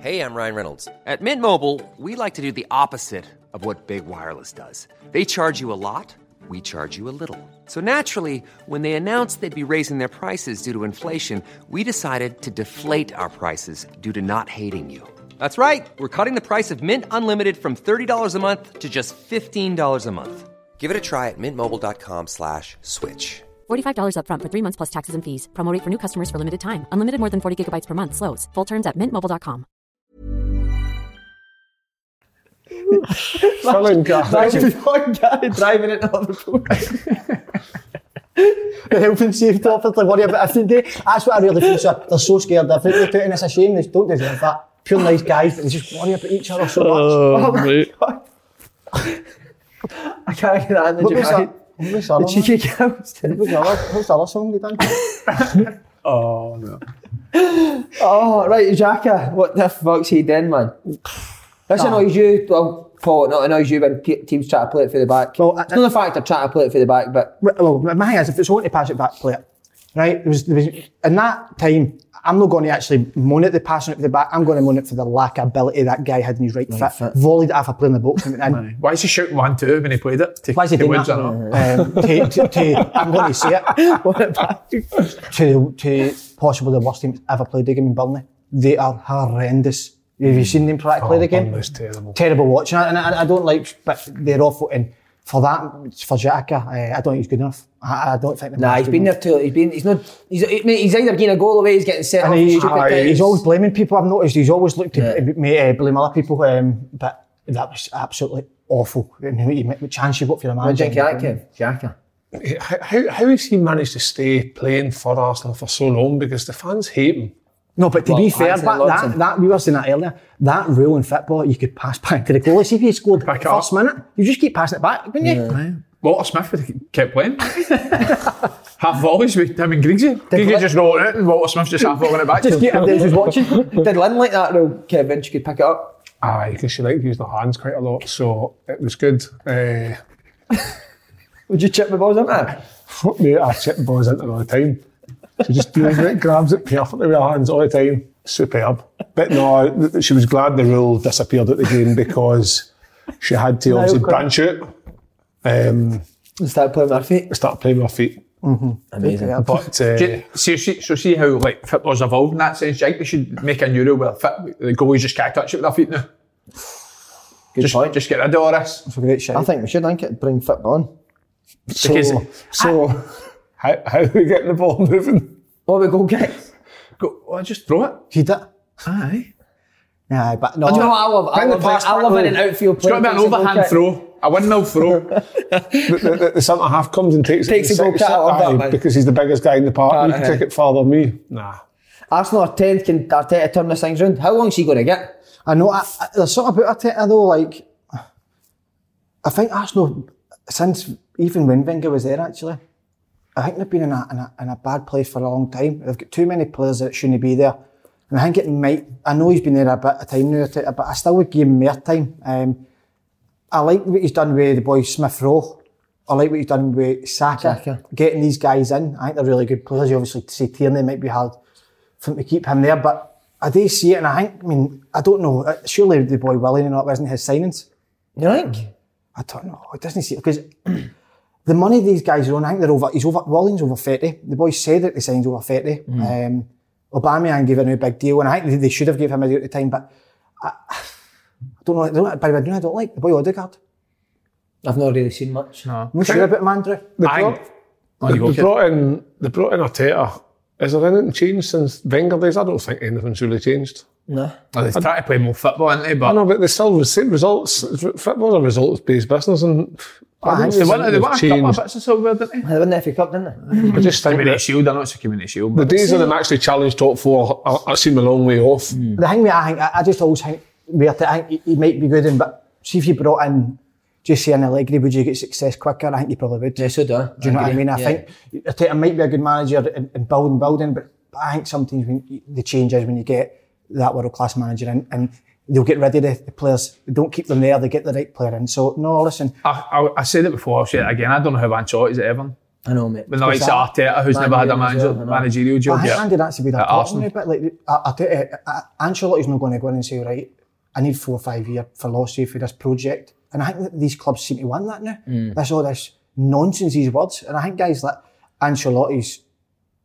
S5: Hey, I'm Ryan Reynolds. At Mint Mobile, we like to do the opposite of what Big Wireless does. They charge you a lot, we charge you a little. So naturally, when they announced they'd be raising their prices due to inflation, we decided to deflate our prices due to not hating you. That's right. We're cutting the price of Mint Unlimited from $30 a month to just $15 a month. Give it a try at mintmobile.com slash switch.
S7: $45 upfront for three months plus taxes and fees. Promo rate for new customers for limited time. Unlimited more than 40 gigabytes per month. Slows. Full terms at mintmobile.com.
S4: Phil and Gary.
S1: Imagine Phil and Gary driving into Liverpool.
S3: the health and safety officer worry about every day. That's what I really feel. So they're so scared. They're putting it and it's a shame. They don't deserve that. Pure nice guys, but they just worry about each other so much.
S1: I can't get that in the
S3: what was that?
S1: Japan.
S3: What was the
S1: The
S3: other one?
S1: cheeky girls.
S3: What was the other- what was the other song you done?
S2: Oh, no.
S1: Oh, right, Xhaka, what the fuck's he doing, man? This annoys you, well, Paul, not annoys you when pe- teams try to play it through the back.
S3: Well, I-
S1: it's not the fact they're trying to play it through the back, but
S3: Well, my thing is, if it's wanting to pass it back, play it. Right? There was, there was, in that time, I'm not going to actually moan at the passing it for the back. I'm going to moan it for the lack of ability that guy had in his right, foot. Volleyed it off a player in the box and went in.
S2: Why is he shouting one two when he played it? To,
S3: Why is he
S2: to
S3: doing
S2: Woods,
S3: that?
S2: I know.
S3: Um, to, to, to, I'm going to say it. to, to possibly the worst team that's ever played the game in Burnley. They are horrendous. Have you seen them try to play the game?
S4: Oh, Burnley's terrible.
S3: Terrible watching. And I, I don't like, but they're awful. And for that, for Xhaka, uh, I don't think he's good enough. I, I don't think. the
S1: Nah,
S3: man's
S1: he's
S3: good
S1: been
S3: enough.
S1: there too. He's been. He's not. He's, he- mate, he's either getting a goal away. He's getting set
S3: And
S1: up.
S3: he,
S1: stupid
S2: Ah,
S3: aye,
S1: things.
S3: he's always blaming people. I've noticed he's always looked to b- me, uh, blame other people, um, but that was absolutely awful. I mean, you make- what chance you got for the manager?
S4: do you think of that,
S1: Xhaka.
S4: How, how has he managed to stay playing for Arsenal for so long? Because the fans hate him.
S3: No, but to
S4: Well,
S3: be fair,
S4: Hansen
S3: that,
S4: loves
S3: that,
S4: him.
S3: that we were saying that earlier. That rule in football, you could pass back to the goalie. See if you scored the first minute, you just keep passing it back, wouldn't you?
S2: Walter Smith would kept playing. half volleys with him and Griggsy. Griggsy
S1: Lin-
S2: just rolling it and Walter Smith just half rolling it back.
S1: Just
S2: to
S1: keep
S2: him.
S1: just watching. Did Lynn like that though? Kevin, Vince could pick it up.
S4: Aye, because she liked to use the hands quite a lot, so it was good. Uh,
S1: Would you chip the balls into it?
S4: Fuck me, I chip balls into it all the time. She just deals with it, grabs it perfectly with her hands all the time. Superb. But no, th- th- she was glad the rule disappeared at the game because she had to
S1: Now,
S4: obviously
S1: correct.
S4: branch out. Um,
S1: start playing with her feet.
S4: Start playing with her feet.
S1: Amazing.
S4: But uh,
S2: Do you- so, see, so see how like football's evolved in that sense. Do you think they should make a new rule where fit, the goalies just can't touch it with their feet now? Good just, point. Just get rid of all this.
S1: That's a great shout.
S3: I think we should. I think it bring football on.
S2: Because-
S4: so, so how, how are we getting the ball moving?
S1: Ah. What we go get?
S2: Go, well, just throw it.
S3: She did.
S2: Aye.
S3: Nah, but no.
S1: Do you know what I love? I
S3: Oh. Bring the
S1: love, it.
S3: pass
S1: I
S3: back
S1: love it
S3: though.
S1: in outfield
S3: It's gotta
S1: play.
S3: be an
S1: Takes a goal
S3: overhand
S1: kick.
S2: throw, a windmill throw.
S4: the, the, the centre half comes and takes,
S1: Takes
S4: it.
S1: a goal
S4: six-
S1: kick, I love that,
S4: aye,
S1: man.
S4: because he's the biggest guy in the park.
S1: Part
S4: you can
S1: ahead.
S4: take it farther than me. Nah.
S1: Arsenal are 10th. Can Arteta turn this things round? How long is he going to get?
S3: I know. I, I, there's something about Arteta though. Like, I think Arsenal since even when Wenger was there, actually, I think they've been in a, in a in a bad place for a long time. They've got too many players that shouldn't be there, and I think it might. I know he's been there a bit of time now, Arteta, but I still would give him more time. Um, I like what he's done with the boy Smith Rowe. I like what he's done with Saka,
S1: Saka.
S3: getting these guys in. I think they're really good players. You obviously see Tierney might be hard for him to keep him there, but I do see it, and I think. I mean, I don't know. uh, Surely the boy Willian and all that wasn't his signings.
S1: You think?
S3: I don't know. It doesn't seem because the money these guys are on. I think they're over. He's over. Willian's over thirty. The boy said that the signings over thirty.
S1: Mm.
S3: Um, Aubameyang gave him a big deal, and I think they- they should have gave him a deal at the time, but. I, I don't know. I don't, by the way, you know who I don't like the boy Odegaard.
S1: I've not really seen much.
S2: No.
S3: What's your about him, Andrew?
S4: They
S3: Aye.
S4: brought,
S3: Oh,
S4: they-
S3: you go,
S4: they
S3: kid.
S4: brought in they brought in Arteta. Is there anything changed since Wenger days? I don't think anything's really changed.
S1: No.
S2: Well, they've tried oh, to play more football, haven't they? But
S4: I know, but they still the same results. Football's a results-based business, and I don't
S2: they
S4: think
S2: won, they
S4: they've
S2: won a couple of
S4: changed.
S2: bits of silver, didn't
S1: they? They won the FA Cup, didn't
S4: they? I just think
S2: Community
S4: that-
S2: Shield, I know it's a Community Shield.
S4: The
S2: but-
S4: days of them actually challenge top four, I, I seem a long way off.
S2: Hmm.
S3: The thing with I think I I just always think where to, I think he, he might be good in, but see if you brought in just say an Allegri, would you get success quicker? I think you probably would.
S1: Yes, I do.
S3: Do you know what I
S1: agree,
S3: mean? I
S1: yeah.
S3: think Arteta might be a good manager in, in building, building, but I think sometimes when you- the change is when you get that world class manager in, and they'll get rid of the, the players. They don't keep them there. They get the right player in. So no, listen.
S2: I, I, I said it before, I'll say it again. I don't know how Ancelotti's at Everton.
S1: I know, mate.
S2: With the likes of Arteta, who's never had a manager, managerial
S3: But
S2: job.
S3: I think
S2: yet.
S3: Andy, that's a bit
S2: At
S3: important.
S2: Arsenal.
S3: now, But like, I, I, tell you, I, Ancelotti's not going to go in and say, right, I need four or five year philosophy for this project. And I think that these clubs seem to want that now.
S1: Mm.
S3: That's all this nonsense, these words. And I think guys like Ancelotti's,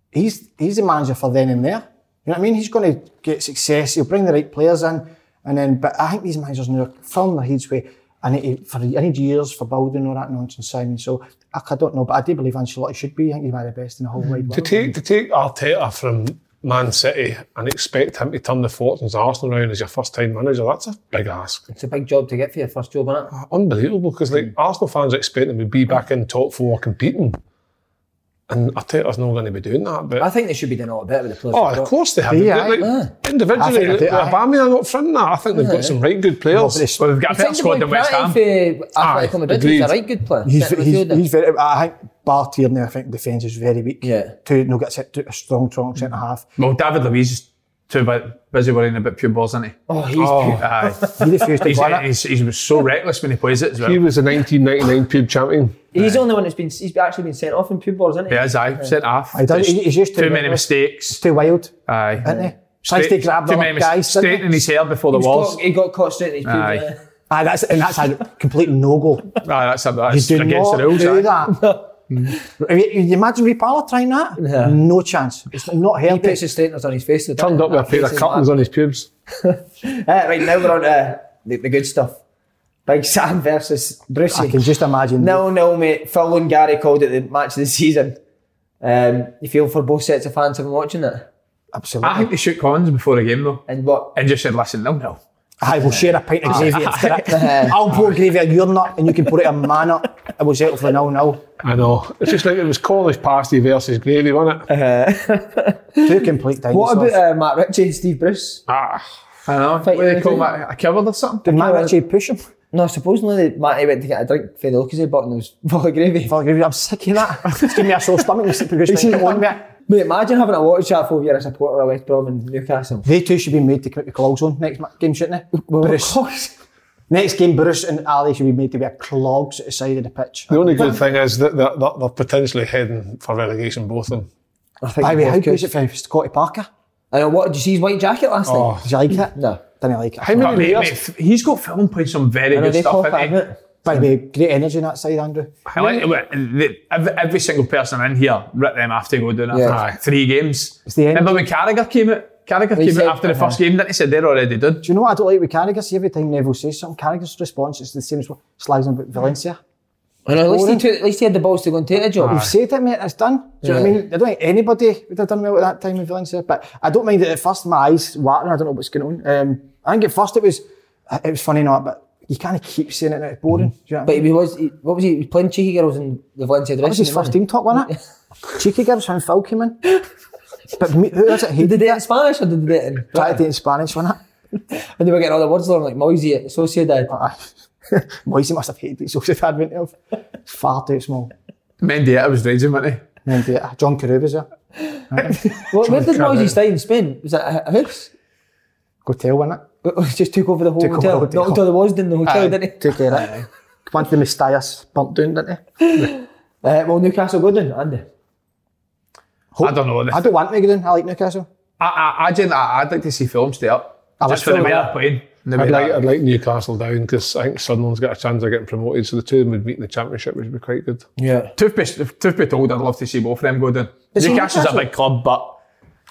S3: he's he's the manager for then and there. You know what I mean? He's going to get success. He'll bring the right players in, and then. But I think these managers now are filling their heads with. I need to, for I need years for building all that nonsense, Simon. So I, I don't know, but I do believe Ancelotti should be. I think he's one of the best in the whole wide world.
S4: To take to take Arteta from Man City and expect him to turn the fortunes of Arsenal around as your first time manager, that's a big ask.
S1: It's a big job to get for your first job, isn't it?
S4: Unbelievable because like
S2: Hmm.
S4: Arsenal fans expect them to be back in top four competing. And Arteta's not going to be doing that. But
S1: I think they should be doing a lot better with the players.
S4: Oh,
S1: they've
S4: of
S1: got.
S4: course they have. Like,
S1: I
S4: Individually,
S1: think-
S4: like,
S1: I-
S4: Aubameyang up front now. I think they've
S1: Aye.
S4: got some right good players.
S2: Well, they've got a better squad than West Ham.
S1: Aye,
S3: agreed.
S1: He's a right good player.
S3: He's,
S1: centre
S3: he's,
S1: midfielder.
S3: he's very. I think Bartier now. I think defence is very weak.
S1: Yeah.
S3: To no get set to a strong, strong
S2: Mm.
S3: centre half.
S2: Well, David Luiz is too bu- busy worrying about pure balls, isn't he?
S3: Oh, he's pure-
S2: aye.
S3: He refused to
S2: he's,
S3: go in it.
S2: he's, he's, so reckless when he plays it as well.
S4: He was the 1999 pub champion.
S1: He's the only one that's been. He's actually been sent off in pub balls, isn't he?
S2: He is, aye. Sent off.
S3: He does- he- he's used to
S2: too
S3: it,
S2: many
S3: isn't he?
S2: mistakes. He's
S3: too wild.
S2: Aye.
S3: Isn't he? Tries to grab
S2: too
S3: the
S2: many
S3: other guys, doesn't
S2: Straight
S3: he?
S2: in his hair before the
S3: He's
S2: walls.
S3: got-
S1: He got caught straight in his pub.
S2: Aye.
S1: yeah.
S3: Aye, that's and that's a complete no go.
S2: Aye, that's, a,
S3: You
S2: that's
S3: do
S2: against
S3: not
S2: the rules.
S3: do
S2: aye.
S3: that. I mean, you imagine Ray Parlour trying that?
S1: Yeah.
S3: No chance. It's not
S1: He
S3: healthy.
S1: puts his straighteners on his face. though,
S4: Turned
S1: doesn't
S4: up
S1: he?
S4: with a pair
S1: That
S4: of
S1: face is
S4: curtains
S1: mad.
S4: on his pubes.
S1: Eh, right now we're on to the, the uh, good stuff. Big Sam versus Brucey.
S3: I can just imagine.
S1: No, no, mate. Phil and Gary called it the match of the season. Um, you feel for both sets of fans having watching it?
S3: Absolutely.
S2: I think they shook Collins before the game though.
S1: And what?
S2: And just said, listen, nil nil.
S3: I will share a pint of
S2: Aye.
S3: gravy. after that. I'll pour gravy on your nut and you can pour it on my nut. It will settle for nil nil.
S4: I know. It's just like it was Cornish pasty versus gravy, wasn't it?
S3: Two complete dinosaurs.
S1: What about uh, Matt Ritchie and Steve Bruce?
S4: Ah,
S2: I know. What do they call that? A covered or something?
S3: Did Matt Ritchie push him?
S1: No, supposedly they- Matty went to get a drink for the Lucas button and it was full of gravy.
S3: Full of gravy, I'm sick of that. It's giving me a sore stomach. It's
S1: He
S3: producing
S1: said,
S3: it on me.
S1: Mate, imagine having a watch chat for you're a supporter of West Brom and Newcastle.
S3: They two should be made to come out the claw zone next ma- game, shouldn't they? Bruce. Next game, Bruce and Ali should be made to be a clogs at the side of the pitch.
S4: The only good thing is that they're, they're, they're potentially heading for relegation, both of them.
S1: I think
S3: By the way,
S1: both
S3: how
S1: could.
S3: good is it for Scotty Parker?
S1: I know, what, did you see his white jacket last
S4: Oh.
S1: night?
S3: Did you like it?
S1: No.
S3: Didn't like it.
S4: How many
S2: But mate,
S4: years?
S2: mate, he's got film playing some very
S1: I know
S2: good
S1: they
S2: stuff.
S1: pop
S2: hasn't
S1: out,
S2: he?
S1: innit?
S3: By the way, great energy in that side, Andrew.
S2: I like it. when the- Every, every single person in here ripped them after go down after
S1: Yeah.
S2: Aye. three games.
S3: It's the end.
S2: Remember when Carragher came out? Carragher
S1: He
S2: came
S1: said-
S2: out after the first game, didn't he? Said they're already done.
S3: Do you know what I don't like with Carragher? See, every time Neville says something, Carragher's response is the same as what slags on about Valencia.
S1: I know, at, least he
S3: Boring.
S1: took, at least he had the balls to go and take a job.
S2: Ah.
S3: You've said it, mate, it's done. Do you know what I mean? I don't think anybody would have done well at that time in Valencia, but I don't mind that at first my eyes watering, I don't know what's going on. Um, I think at first it was, it was funny not, but you kind of keep saying it and it's boring. Do you know what
S1: But
S3: I mean?
S1: he was, he, what was he, he was playing cheeky girls in the Valencia dressing
S3: That was his
S1: room,
S3: first
S1: wasn't
S3: team talk, wasn't it? Cheeky girls when Phil came in. But me, who was it?
S1: he?
S3: He
S1: Did they do it in Spanish or did they do it in
S3: tried it in Spanish, wasn't it?
S1: And they were getting all the words wrong, like Moisey, Sociedad.
S3: Aye. Moisey must have hated it, so if had went of. Far too small.
S2: Mendieta was raging, wasn't he?
S3: And, uh, John Carew was there.
S1: Well, where did
S2: Carragher.
S1: Moisey stay in Spain? Was that a house?
S3: Hotel, wasn't it?
S1: Just took over the whole
S3: Took over
S1: hotel.
S3: the hotel.
S1: Knocked all the walls down the hotel,
S3: Aye,
S1: didn't he?
S3: Took care of it. Once the Mustias burnt down, didn't he?
S1: Uh, well, Newcastle good then, Andy.
S2: I don't know.
S3: I
S2: I,
S3: don't want Megadon. I like Newcastle.
S2: I, I, gen- I, would like to see film stay up.
S3: I
S2: just
S3: like
S2: for
S3: Fulham,
S2: the way
S3: yeah.
S2: they're playing. and the way
S4: I'd like,
S2: that-
S4: I'd like Newcastle down because I think Sunderland's got a chance of getting promoted, so the two of them would meet in the Championship, which would be quite good.
S1: Yeah.
S2: Toothpaste, to be told, I'd love to see both of them go down.
S3: Is he
S2: Newcastle's a
S3: Newcastle?
S2: big club, but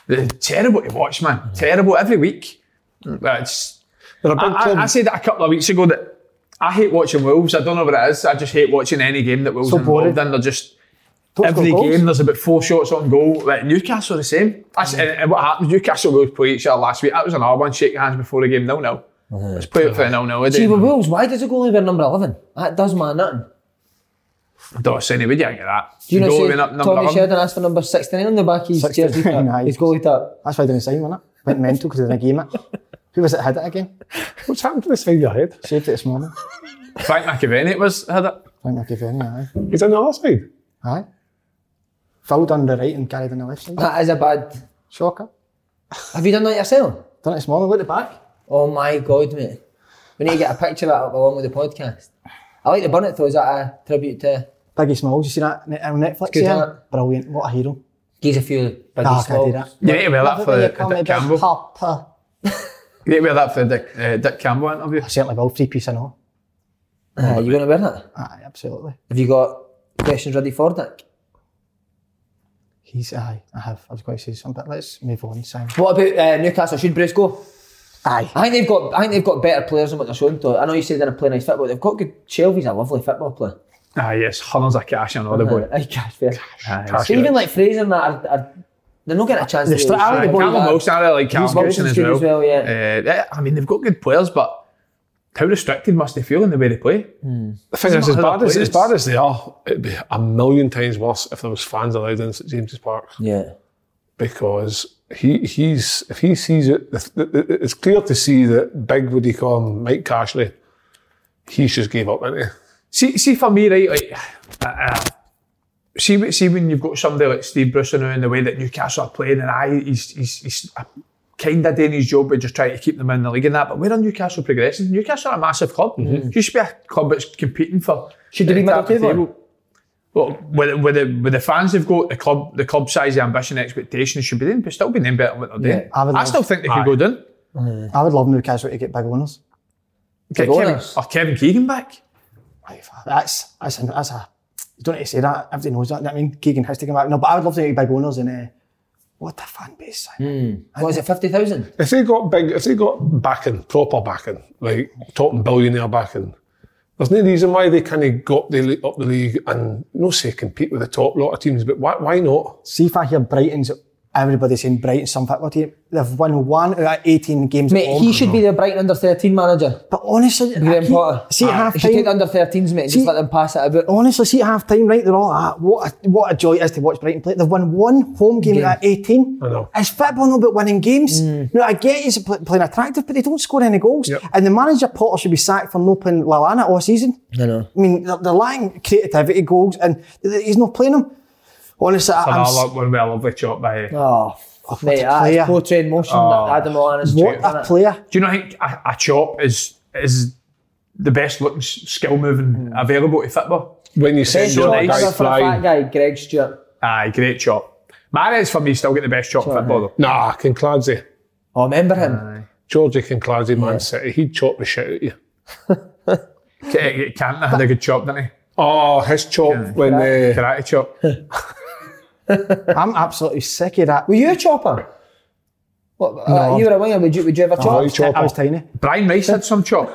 S2: they're terrible to watch, man. Terrible every week. It's,
S4: They're a
S2: I,
S4: big
S2: I-
S4: club.
S1: um,
S2: I said that a couple of weeks ago that I hate watching Wolves. I don't know what it is. I just hate watching any game that Wolves
S3: So
S2: are involved
S3: boring.
S2: in. They're just
S3: Don't
S2: every
S3: score goals.
S2: game there's about four shots on goal. Like Newcastle the same.
S1: Mm.
S2: That's, and, and what happened? Newcastle Wolves played each other last week. That was another one. Shake hands before the game. No, no.
S1: Mm-hmm.
S2: Let's play it for a no, no.
S1: See, with
S2: Don't
S1: Wolves, why does the goalie wear number 11? That does my nothing.
S2: say anybody. You ain't get that.
S1: Do you
S2: Goal
S1: know,
S2: went up
S1: see,
S2: number
S1: Tommy
S2: 11.
S1: Sheridan asked for number 69 on the back of his
S3: 69,
S1: jersey.
S3: aye.
S1: He's goalied up.
S3: That's why I didn't sign, wasn't it? Went mental because I didn't game it. Who was it that had it again?
S4: What's happened to this side of your head?
S3: Saved it this morning.
S2: Frank McAvaney it was had it.
S3: I think I'll give you any, aye.
S4: He's on the other side.
S3: Aye. Fouled on the right and carried on the left side.
S1: That is a bad.
S3: Shocker.
S1: Have you done that yourself?
S3: Done it this morning, look at the back.
S1: Oh my god, mate. We need to get a picture of that up along with the podcast. I like the bonnet though, is that a tribute to
S3: Biggie Smalls, you see that ne- on Netflix?
S1: good,
S3: yeah?
S1: isn't it?
S3: Brilliant, what a hero.
S1: Gives a few biggie
S3: Ah, I
S1: smalls.
S3: did that.
S2: You need to wear that for
S3: Nothing when you
S2: Dick
S3: call me
S2: Campbell.
S3: Big Papa.
S2: You need to wear that for the Dick, uh, Dick Campbell interview.
S3: I certainly will, three piece and all.
S1: Uh, you gonna wear that?
S3: Aye, absolutely.
S1: Have you got questions ready for Dick?
S3: He's, aye, I have. I was going to say something, but let's move on, Simon.
S1: What about uh, Newcastle? Should Bruce go?
S3: Aye.
S1: I think they've got I think they've got better players than what they're showing though. I know you said they're play nice football, they've got good Shelby's a lovely football player.
S2: Ah, yes, hundreds of cash on all the boy.
S1: I cash fair.
S2: Aye,
S4: Cash
S1: Uh-huh. So even like Fraser and that are, are they're not getting a chance
S3: They're
S1: to
S3: still- I think
S2: Aye,
S3: the boy
S2: Callum
S1: that-
S2: Wilson, I really like Callum
S1: good,
S2: Wilson
S1: he's
S2: as
S1: good
S2: well.
S1: as well, yeah.
S2: Uh, yeah, I mean, they've got good players, but how restricted must they feel in the way they play?
S4: The thing is,
S2: not
S4: as
S2: how
S4: bad
S2: they're
S4: as, as
S2: played.
S4: bad as they are, it'd be a million times worse if there was fans allowed in St James's Park
S1: Yeah.
S4: because he he's if he sees it, the- the- the- it's clear to see that big would he call him Mike Cashley. He's just gave up, isn't
S2: See, see for me, right, like, uh, uh, see, when- see when you've got somebody like Steve Bruce now and the way that Newcastle are playing, and I, he's, he's, he's kind of doing his job by just trying to keep them in the league and that. But where are Newcastle progressing? Newcastle are a massive club.
S3: Mm-hmm.
S2: You should be a club that's competing for.
S1: Should they be
S2: the
S1: middle
S2: top of the
S1: table?
S2: Well, with, the- with, the, with the fans they've got, the club, the club size, the ambition, the expectations should be doing, but still be doing better than what they're doing.
S3: I would
S2: I
S3: love-
S2: still think they could go down.
S3: I would love Newcastle to get big winners.
S2: Get
S1: go
S2: Kevin,
S1: us.
S2: or Kevin Keegan back.
S3: Aye, That's that's a, that's a you don't need to say that. Everybody knows that. I mean, Keegan has to come back. No, but I would love to get big owners and uh, what the fan base. Mm.
S1: What is it, fifty thousand?
S4: he? If they got big, if they got backing, proper backing, like talking billionaire backing, There's no reason why they kind of got the le- up the league and no say compete with the top lot of teams, but why, why not?
S3: See if I hear Brighton's, everybody's saying Brighton's some football team. They've won one out of 18 games.
S1: Mate, he should be the Brighton under 13 manager.
S3: But honestly,
S1: Graham Potter.
S3: see, at half
S1: He should take
S3: time-
S1: the under 13s, mate, and just let them pass it about.
S3: Honestly, see at half time, right? They're all ah, what a, what a joy it is to watch Brighton play. They've won one home game
S1: Yeah.
S3: at 18.
S4: I know.
S3: It's football, no, but winning games.
S1: Hmm.
S3: Now, I get he's pl- playing attractive, but they don't score any goals. And the manager Potter should be sacked for not playing Lalana all season.
S1: I know.
S3: I mean, they're, they're lacking creativity goals, and th- th- he's not playing them. Honestly, I-
S2: So
S3: I'm.
S2: that
S3: s-
S2: look one with a lovely chop by.
S1: Oh,
S3: what
S1: mate,
S3: a
S1: that
S3: player.
S1: is portrayed motion.
S2: Oh.
S1: that Adam Lallana's
S3: What
S1: doing
S3: a
S1: it.
S3: player.
S2: Do you not think a, a chop is is the best looking s- skill moving
S1: Hmm.
S2: available to football?
S4: When you
S1: Best
S4: send
S2: So
S4: your
S1: shot
S2: nice.
S4: guy
S1: ever for a fat
S4: flying,
S1: guy, Greg Stewart.
S2: Aye, great chop. Mares for me still get the best chop in football though.
S4: nah, Kincladze,
S1: Oh, remember him?
S4: Georgie Kincladze, Man City, he'd chop the shit out of you.
S2: K- Cantona had a good chop, didn't he?
S4: Oh, his chop when uh,
S2: Karate chop.
S3: I'm absolutely sick of that.
S1: Were you a chopper? What, uh, you were a winger, would you, would you ever
S4: Oh,
S1: chop?
S4: he chop
S3: I was tiny.
S2: Brian Rice had some chop.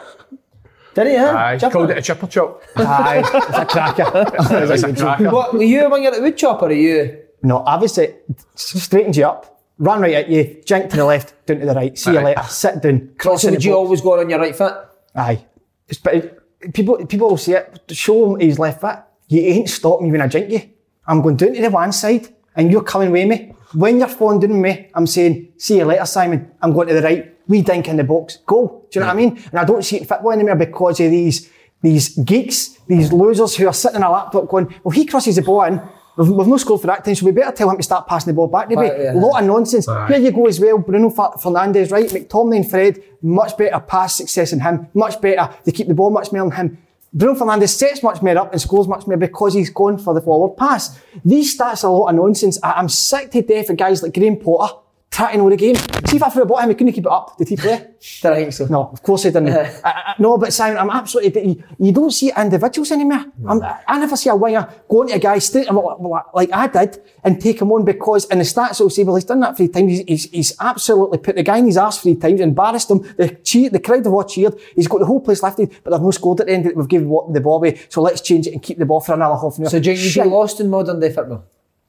S1: Did he, huh?
S2: Aye,
S1: Chopper?
S2: called it a chipper chop.
S3: Aye, it's a cracker.
S2: It's a cracker.
S1: What, were you a winger that would chop, or are you?
S3: No, obviously, straightened you up, ran right at you, jink to the left, down to the right, see you later, sit down, cross
S1: So
S3: in the
S1: would you
S3: box.
S1: always go on your right foot?
S3: Aye. It's, but it- people, people will see it, show him his left foot. You ain't stopping me when I jink you. I'm going down to the one side and you're coming with me. When you're fondling me, I'm saying, see you later, Simon. I'm going to the right. We dink in the box. Go. Do you know what I mean? And I don't see it in football anymore because of these, these geeks, these losers who are sitting on a laptop going, well, he crosses the ball in. We've, we've no scored for that time, so we better tell him to start passing the ball back. Maybe
S1: Back, yeah.
S3: lot of nonsense. Here you go as well, Bruno Fer- Fernandes, right? McTominay and Fred, much better pass success than him, much better. They keep the ball much more than him. Bruno Fernandes sets much more up and scores much more because he's gone for the forward pass. These stats are a lot of nonsense. I- I'm sick to death of guys like Graham Potter trying to know the game. See if I threw a ball at him, he couldn't keep it up. Did he play?
S1: Did I think so?
S3: No, of course he didn't. I, I- no, but Simon, I'm absolutely. You, you don't see individuals anymore. I'm, I never see a winger going to a guy straight like, like I did and take him on because in the stats it'll say, well, he's done that three times. He's, he's, he's absolutely put the guy in his arse three times, embarrassed him. The cheer, the crowd have all cheered. He's got the whole place lifted, but they've no scored at the end. We've given what- the ball away, so let's change it and keep the ball for another half an hour.
S1: So do you you'd
S3: Shit,
S1: be lost in modern day football?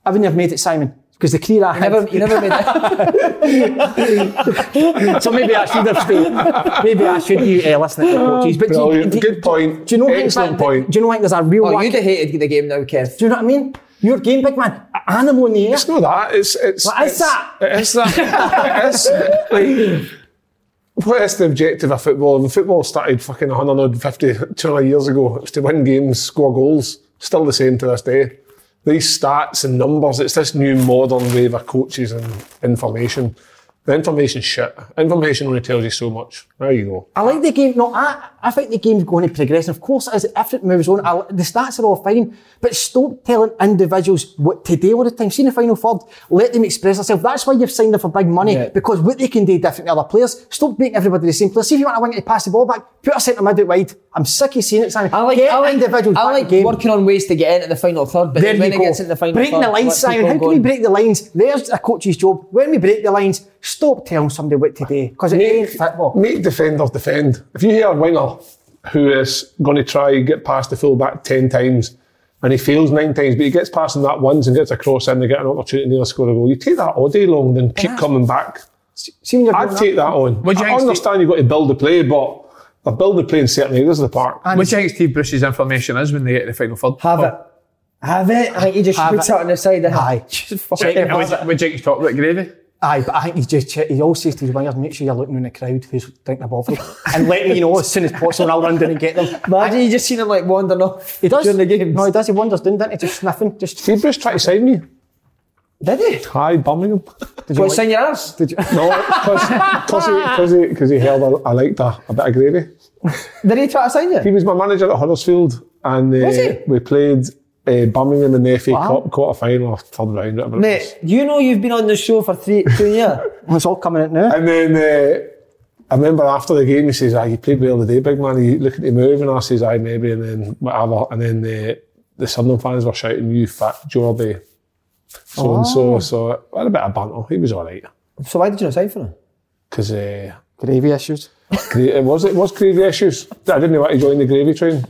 S3: I wouldn't have made it, Simon, because the career I
S1: You
S3: had-
S1: never, you never made it.
S3: so maybe I should have stayed. Maybe I should be uh, listening to the coaches. But do you-
S4: Brilliant.
S3: do you-
S4: Good point.
S3: Do you know?
S4: Excellent
S3: what,
S4: point.
S3: Do you know what? There's a real.
S1: Oh,
S3: lack-
S1: you'd have hated the game now, Kev.
S3: do you know what I mean? Your game, big man. A- Animal in the air.
S4: It's not that. It's it's.
S3: What is
S4: it's,
S3: that?
S4: It is that. it is. Like, what is the objective of football? When football started fucking 150, 200 years ago, it was to win games, score goals. Still the same to this day. These stats and numbers, it's this new modern wave of coaches and information. The information's shit. Information only tells you so much. There you go.
S3: I like the game. No, I, I think the game's going to progress. And of course, as if it moves on, I, li- the stats are all fine. But stop telling individuals what to do all the time. See in the final third, let them express themselves. That's why you've signed them for big money
S1: Yeah.
S3: because what they can do different to other players. Stop making everybody the same player. See if you want a winger to pass the ball back, put a centre mid out wide. I'm sick of seeing it, Simon.
S1: I like,
S3: Get
S1: I like,
S3: individuals.
S1: I
S3: back in
S1: like
S3: the game.
S1: working on ways to get into the final third, but
S3: There
S1: then when
S3: you
S1: it
S3: go.
S1: gets into the final
S3: Breaking
S1: third,
S3: the lines,
S1: let
S3: Simon.
S1: people
S3: How can
S1: go
S3: we
S1: on.
S3: break the lines? There's a coach's job. When we break the lines, stop telling somebody what to do because it ain't football.
S4: Make defenders defend. If you hear a winger who is going to try and get past the fullback 10 times and he fails nine times, but he gets past him that once and gets a cross in, they get an opportunity to score a goal. You take that all day long, then keep coming back.
S3: See when you're
S4: I'd
S3: growing
S4: take
S3: up-
S4: that on.
S2: What do you
S4: I
S2: think, Steve?
S4: understand you've got to build the play, but I build the play in certain areas of the park.
S2: What do you think Steve Bruce's information is when they get to the final third?
S1: Have
S2: Oh,
S1: it. Have it. I think he just
S3: Have
S1: puts
S3: it.
S1: it on the side of
S3: Aye,
S2: Jake, would you- would Jake talk about gravy?
S3: aye, but I think he just che- he always says to his wingers, make sure you're looking in the crowd who's drinking a bottle and let me know as soon as possible, and I'll run down and get them.
S1: Imagine you just seen him like wandering off
S3: He does
S1: during the game.
S3: No, he does. He wanders down, doesn't he? Just sniffing. Just
S4: Did Bruce try to sign me?
S1: Did he?
S4: Hi, Birmingham.
S1: Did you sign your ass? Did you?
S4: No, because he, 'cause he, 'cause he held I, I liked a, a bit of gravy.
S1: Did he try to sign
S4: He
S1: you?
S4: was my manager at Huddersfield, and uh,
S1: Was he?
S4: we played uh, Birmingham in the FA
S3: Wow.
S4: Cup quarter final or third round, whatever it was.
S1: Mate, you know you've been on this show for three, two years.
S3: it's all coming out now.
S4: And then uh, I remember after the game, he says, "Ah, you played well today, big man. Are you looking to move?" And I says, "Aye, maybe." And then whatever. And then the the Sunderland fans were shouting, "You fat Geordie." So and so, so I had a bit of banter. He was all right
S1: Uh, so why did you not sign for him?
S4: because uh,
S3: Gravy issues.
S4: It was it was gravy issues. I didn't want to join the gravy train.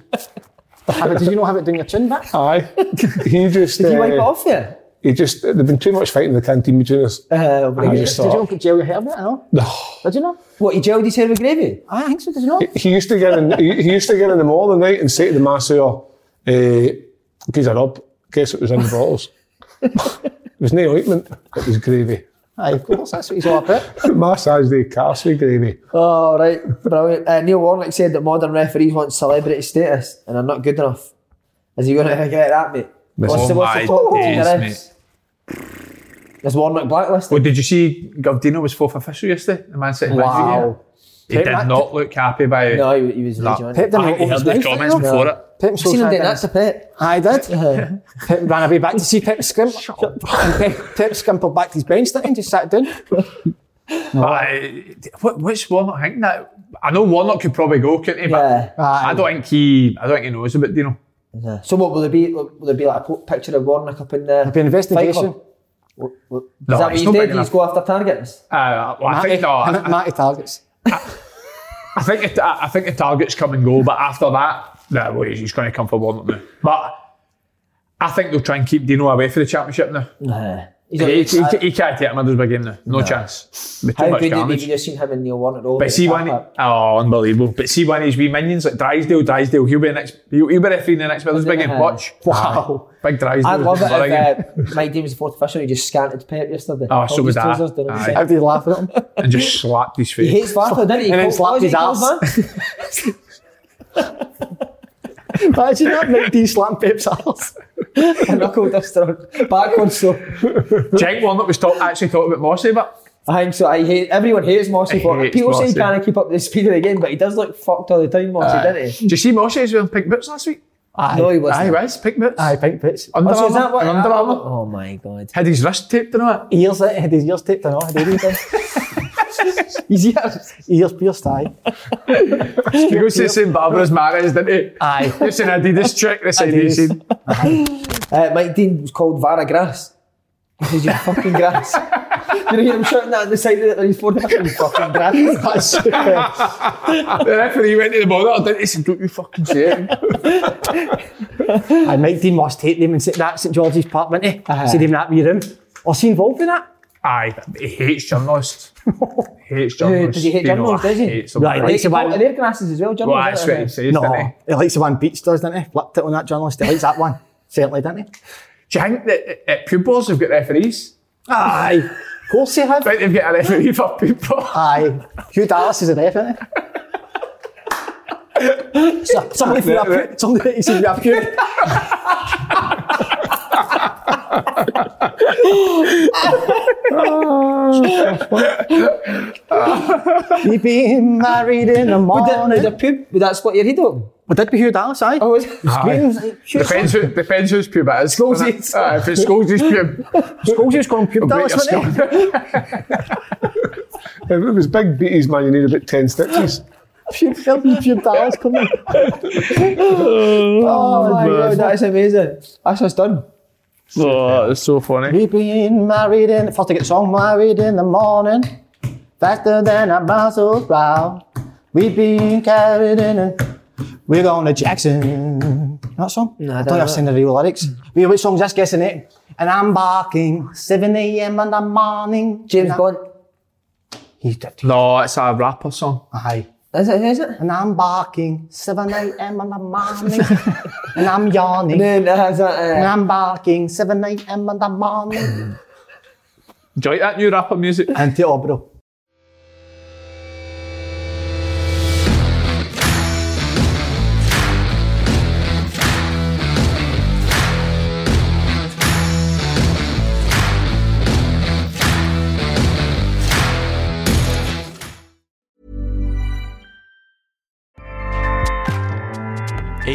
S3: Have it- did you not have it down your chin Uh, back?
S4: Aye. He just.
S3: Did you wipe it
S4: off
S1: yet?
S4: He just. There'd been too much fighting in the canteen between us.
S1: Uh,
S4: I just
S3: did you
S4: thought.
S3: not gel your hair with it? No.
S4: No.
S3: Did you not?
S1: What, you gelled his hair with gravy?
S3: I think so, did you not?
S4: He- He used to get in. He, he used to get in the mall the night and say to the masseur, eh, "Geez, Rob, guess it was in the bottles. it was no ointment. It was gravy.
S3: Aye, of course, that's what he's all about.
S4: Massage the Carsey gravy.
S1: Oh, right, brilliant. Uh, Neil Warnock said that modern referees want celebrity status and are not good enough. Is he going to get that, mate?
S2: Miss-
S1: What's the,
S2: Oh
S1: what's
S2: my
S1: the top tier
S2: days,
S1: there is? There's Warnock blacklisted.
S2: Well, did you see Gavdino was fourth official yesterday? The Man City
S1: Wow.
S2: manager. He
S1: Pep
S2: did
S1: Mac-
S2: not look happy by it.
S1: No, he, he was
S2: Nah.
S1: raging.
S2: Pep didn't I open his heard the mouth, comments did he? before it.
S3: Pep
S1: I've
S3: was so
S1: seen him
S3: sad,
S1: doing that
S3: didn't
S1: to Pep.
S3: I did. Pep ran away back to see Pep scrimp. And Pep, Pep scrimpled back to his bench, didn't he? Just sat down.
S2: But I, what, what's Warnock think that? I know Warnock could probably go, couldn't he? But I don't think he. I don't think he knows about Dino.
S1: Yeah. So what will there be? Will there be like a po- picture of Warnock up in the? There'll
S3: be an investigation.
S1: Is
S2: No,
S1: that what
S2: it's
S1: you
S2: not
S1: did?
S2: big
S1: You just
S2: enough.
S1: go after targets.
S2: Uh, well, I think no. I, I-
S3: Matty targets.
S2: I think it, I I think the targets come and go, but after that, nah, well, he's, he's going to come for Warnock now. But I think they'll try and keep Dino away for the championship now.
S1: Nah.
S2: He, he, he- he can't take a Middlesbrough game now. No,
S1: No.
S2: chance. Be too
S1: How
S2: much
S1: good have
S2: carnage.
S1: you just seen him and Neil Warnock all?
S2: But see
S1: the
S2: when he, oh unbelievable. But see when his wee minions like Drysdale, Drysdale, he'll be the next he'll, he'll be referee in the next Middlesbrough game.
S1: Uh-huh.
S2: Watch.
S1: Wow.
S2: Aye. Big Drysdale.
S1: I love it.
S2: All right, again.
S1: If, uh, Mike Dean was the fourth official. He just scanted Pep yesterday.
S2: Oh,
S1: All
S2: so
S1: these
S2: was I.
S1: teasers, didn't he?
S2: Aye.
S3: How did he laugh at him?
S2: and just slapped his
S1: uh, He
S2: face.
S1: hates Barca, didn't he?
S3: And then
S1: He called-
S3: slapped his
S1: what was he called, man?
S3: Imagine that Mike D slam Pep's ass.
S1: A knuckle duster on. Backwards, so.
S2: Jake Warnock was talk, actually talking about Mossy, but
S1: I think so. I hate everyone hates Mossy.
S2: I
S1: for
S2: hate
S1: people say he
S2: Mossy.
S1: can't keep up the speed of the game, but he does look fucked all the time, Mossy,
S2: Aye.
S1: didn't he?
S2: Did you see Mossy was wearing pink boots last week?
S3: Aye.
S1: No, he wasn't.
S2: Aye, he was pink boots.
S3: Aye, pink bits.
S2: Under
S1: Oh, so is
S2: Armour,
S1: that what-
S2: an Under Armour.
S1: Oh my god.
S2: Had his wrist taped and all that.
S3: Ears, eh, had his ears taped and all, had everything.
S1: His ears.
S3: Ears pierced, aye.
S2: He goes to the same barber as Mares, didn't he?
S3: Aye.
S2: You've seen Adidas trick this
S3: Adidas.
S2: Adidas.
S1: Uh, Mike Dean was called Vara Grass. He says,
S3: er
S1: you fucking grass. you know, hear him shouting that on the side of the he's for fucking fucking grass.
S3: That's super.
S2: the referee went to the monitor, didn't he? He said, Don't you fucking say it.
S3: Aye, Mike Dean must hate them and sit that St George's Park, eh, wouldn't he?
S1: Aye.
S3: See them in that wee room. Was he involved in that?
S2: Aye, but he hates journalists. hates
S1: Yeah,
S2: journalists.
S1: does he hate
S2: You know,
S1: journalists, does
S2: er I
S1: he?
S2: hates them.
S3: Right,
S1: They
S3: likes the
S1: call it
S3: one.
S1: their grasses as well, John.
S2: Well, that's what he says, doesn't he?
S3: No, he likes the one Beach er does, doesn't he? Flipped it on that journalist. He likes that one. Certainly, doesn't he?
S2: Do you think that at pupils have got referees?
S3: Aye. Of course he have.
S2: I think they've got a referee for people.
S3: Aye. Hugh Dallas is a ref, isn't he? So- Somebody threw a pu- somebody he said, "We have Hugh." We be married in the
S1: Would that, would
S3: morning.
S1: that pub, would that split your head open?
S3: Would that be Hugh Dallas? Aye.
S1: Oh, is it?
S3: Aye.
S2: Depends, who, depends whose pub it is.
S3: Scolsy's.
S2: Aye, if it's Scolsy's pub,
S3: Scolsy's gone Hugh
S2: I'll bet
S3: Dallas,
S2: you're
S3: wasn't
S2: Scol-
S4: If it was big beaties, man, you need about ten stitches.
S3: he? Hugh- Hugh Hugh Dallas coming.
S1: Oh, my god, that is amazing. That's what's done.
S2: oh, that's so funny.
S3: We been married in first I get the song married in the morning, faster than a Brussels sprout. We been carried in a we're going to Jackson. That song?
S1: No, I
S3: I
S1: don't
S3: don't
S1: know
S3: have seen the real lyrics. We which song's this guessing it? And I'm barking 7 a.m. in the morning.
S1: James
S3: And I-
S1: Bond.
S3: He did.
S2: No, it's a rapper song.
S3: Aye.
S1: Is it? Is it?
S3: And I'm barking 7 a.m. in the morning. and I'm yawning.
S1: And then uh, is
S3: And
S1: that, uh,
S3: I'm barking 7 a.m. in the morning.
S2: Enjoy that new rapper music.
S3: and to Obro.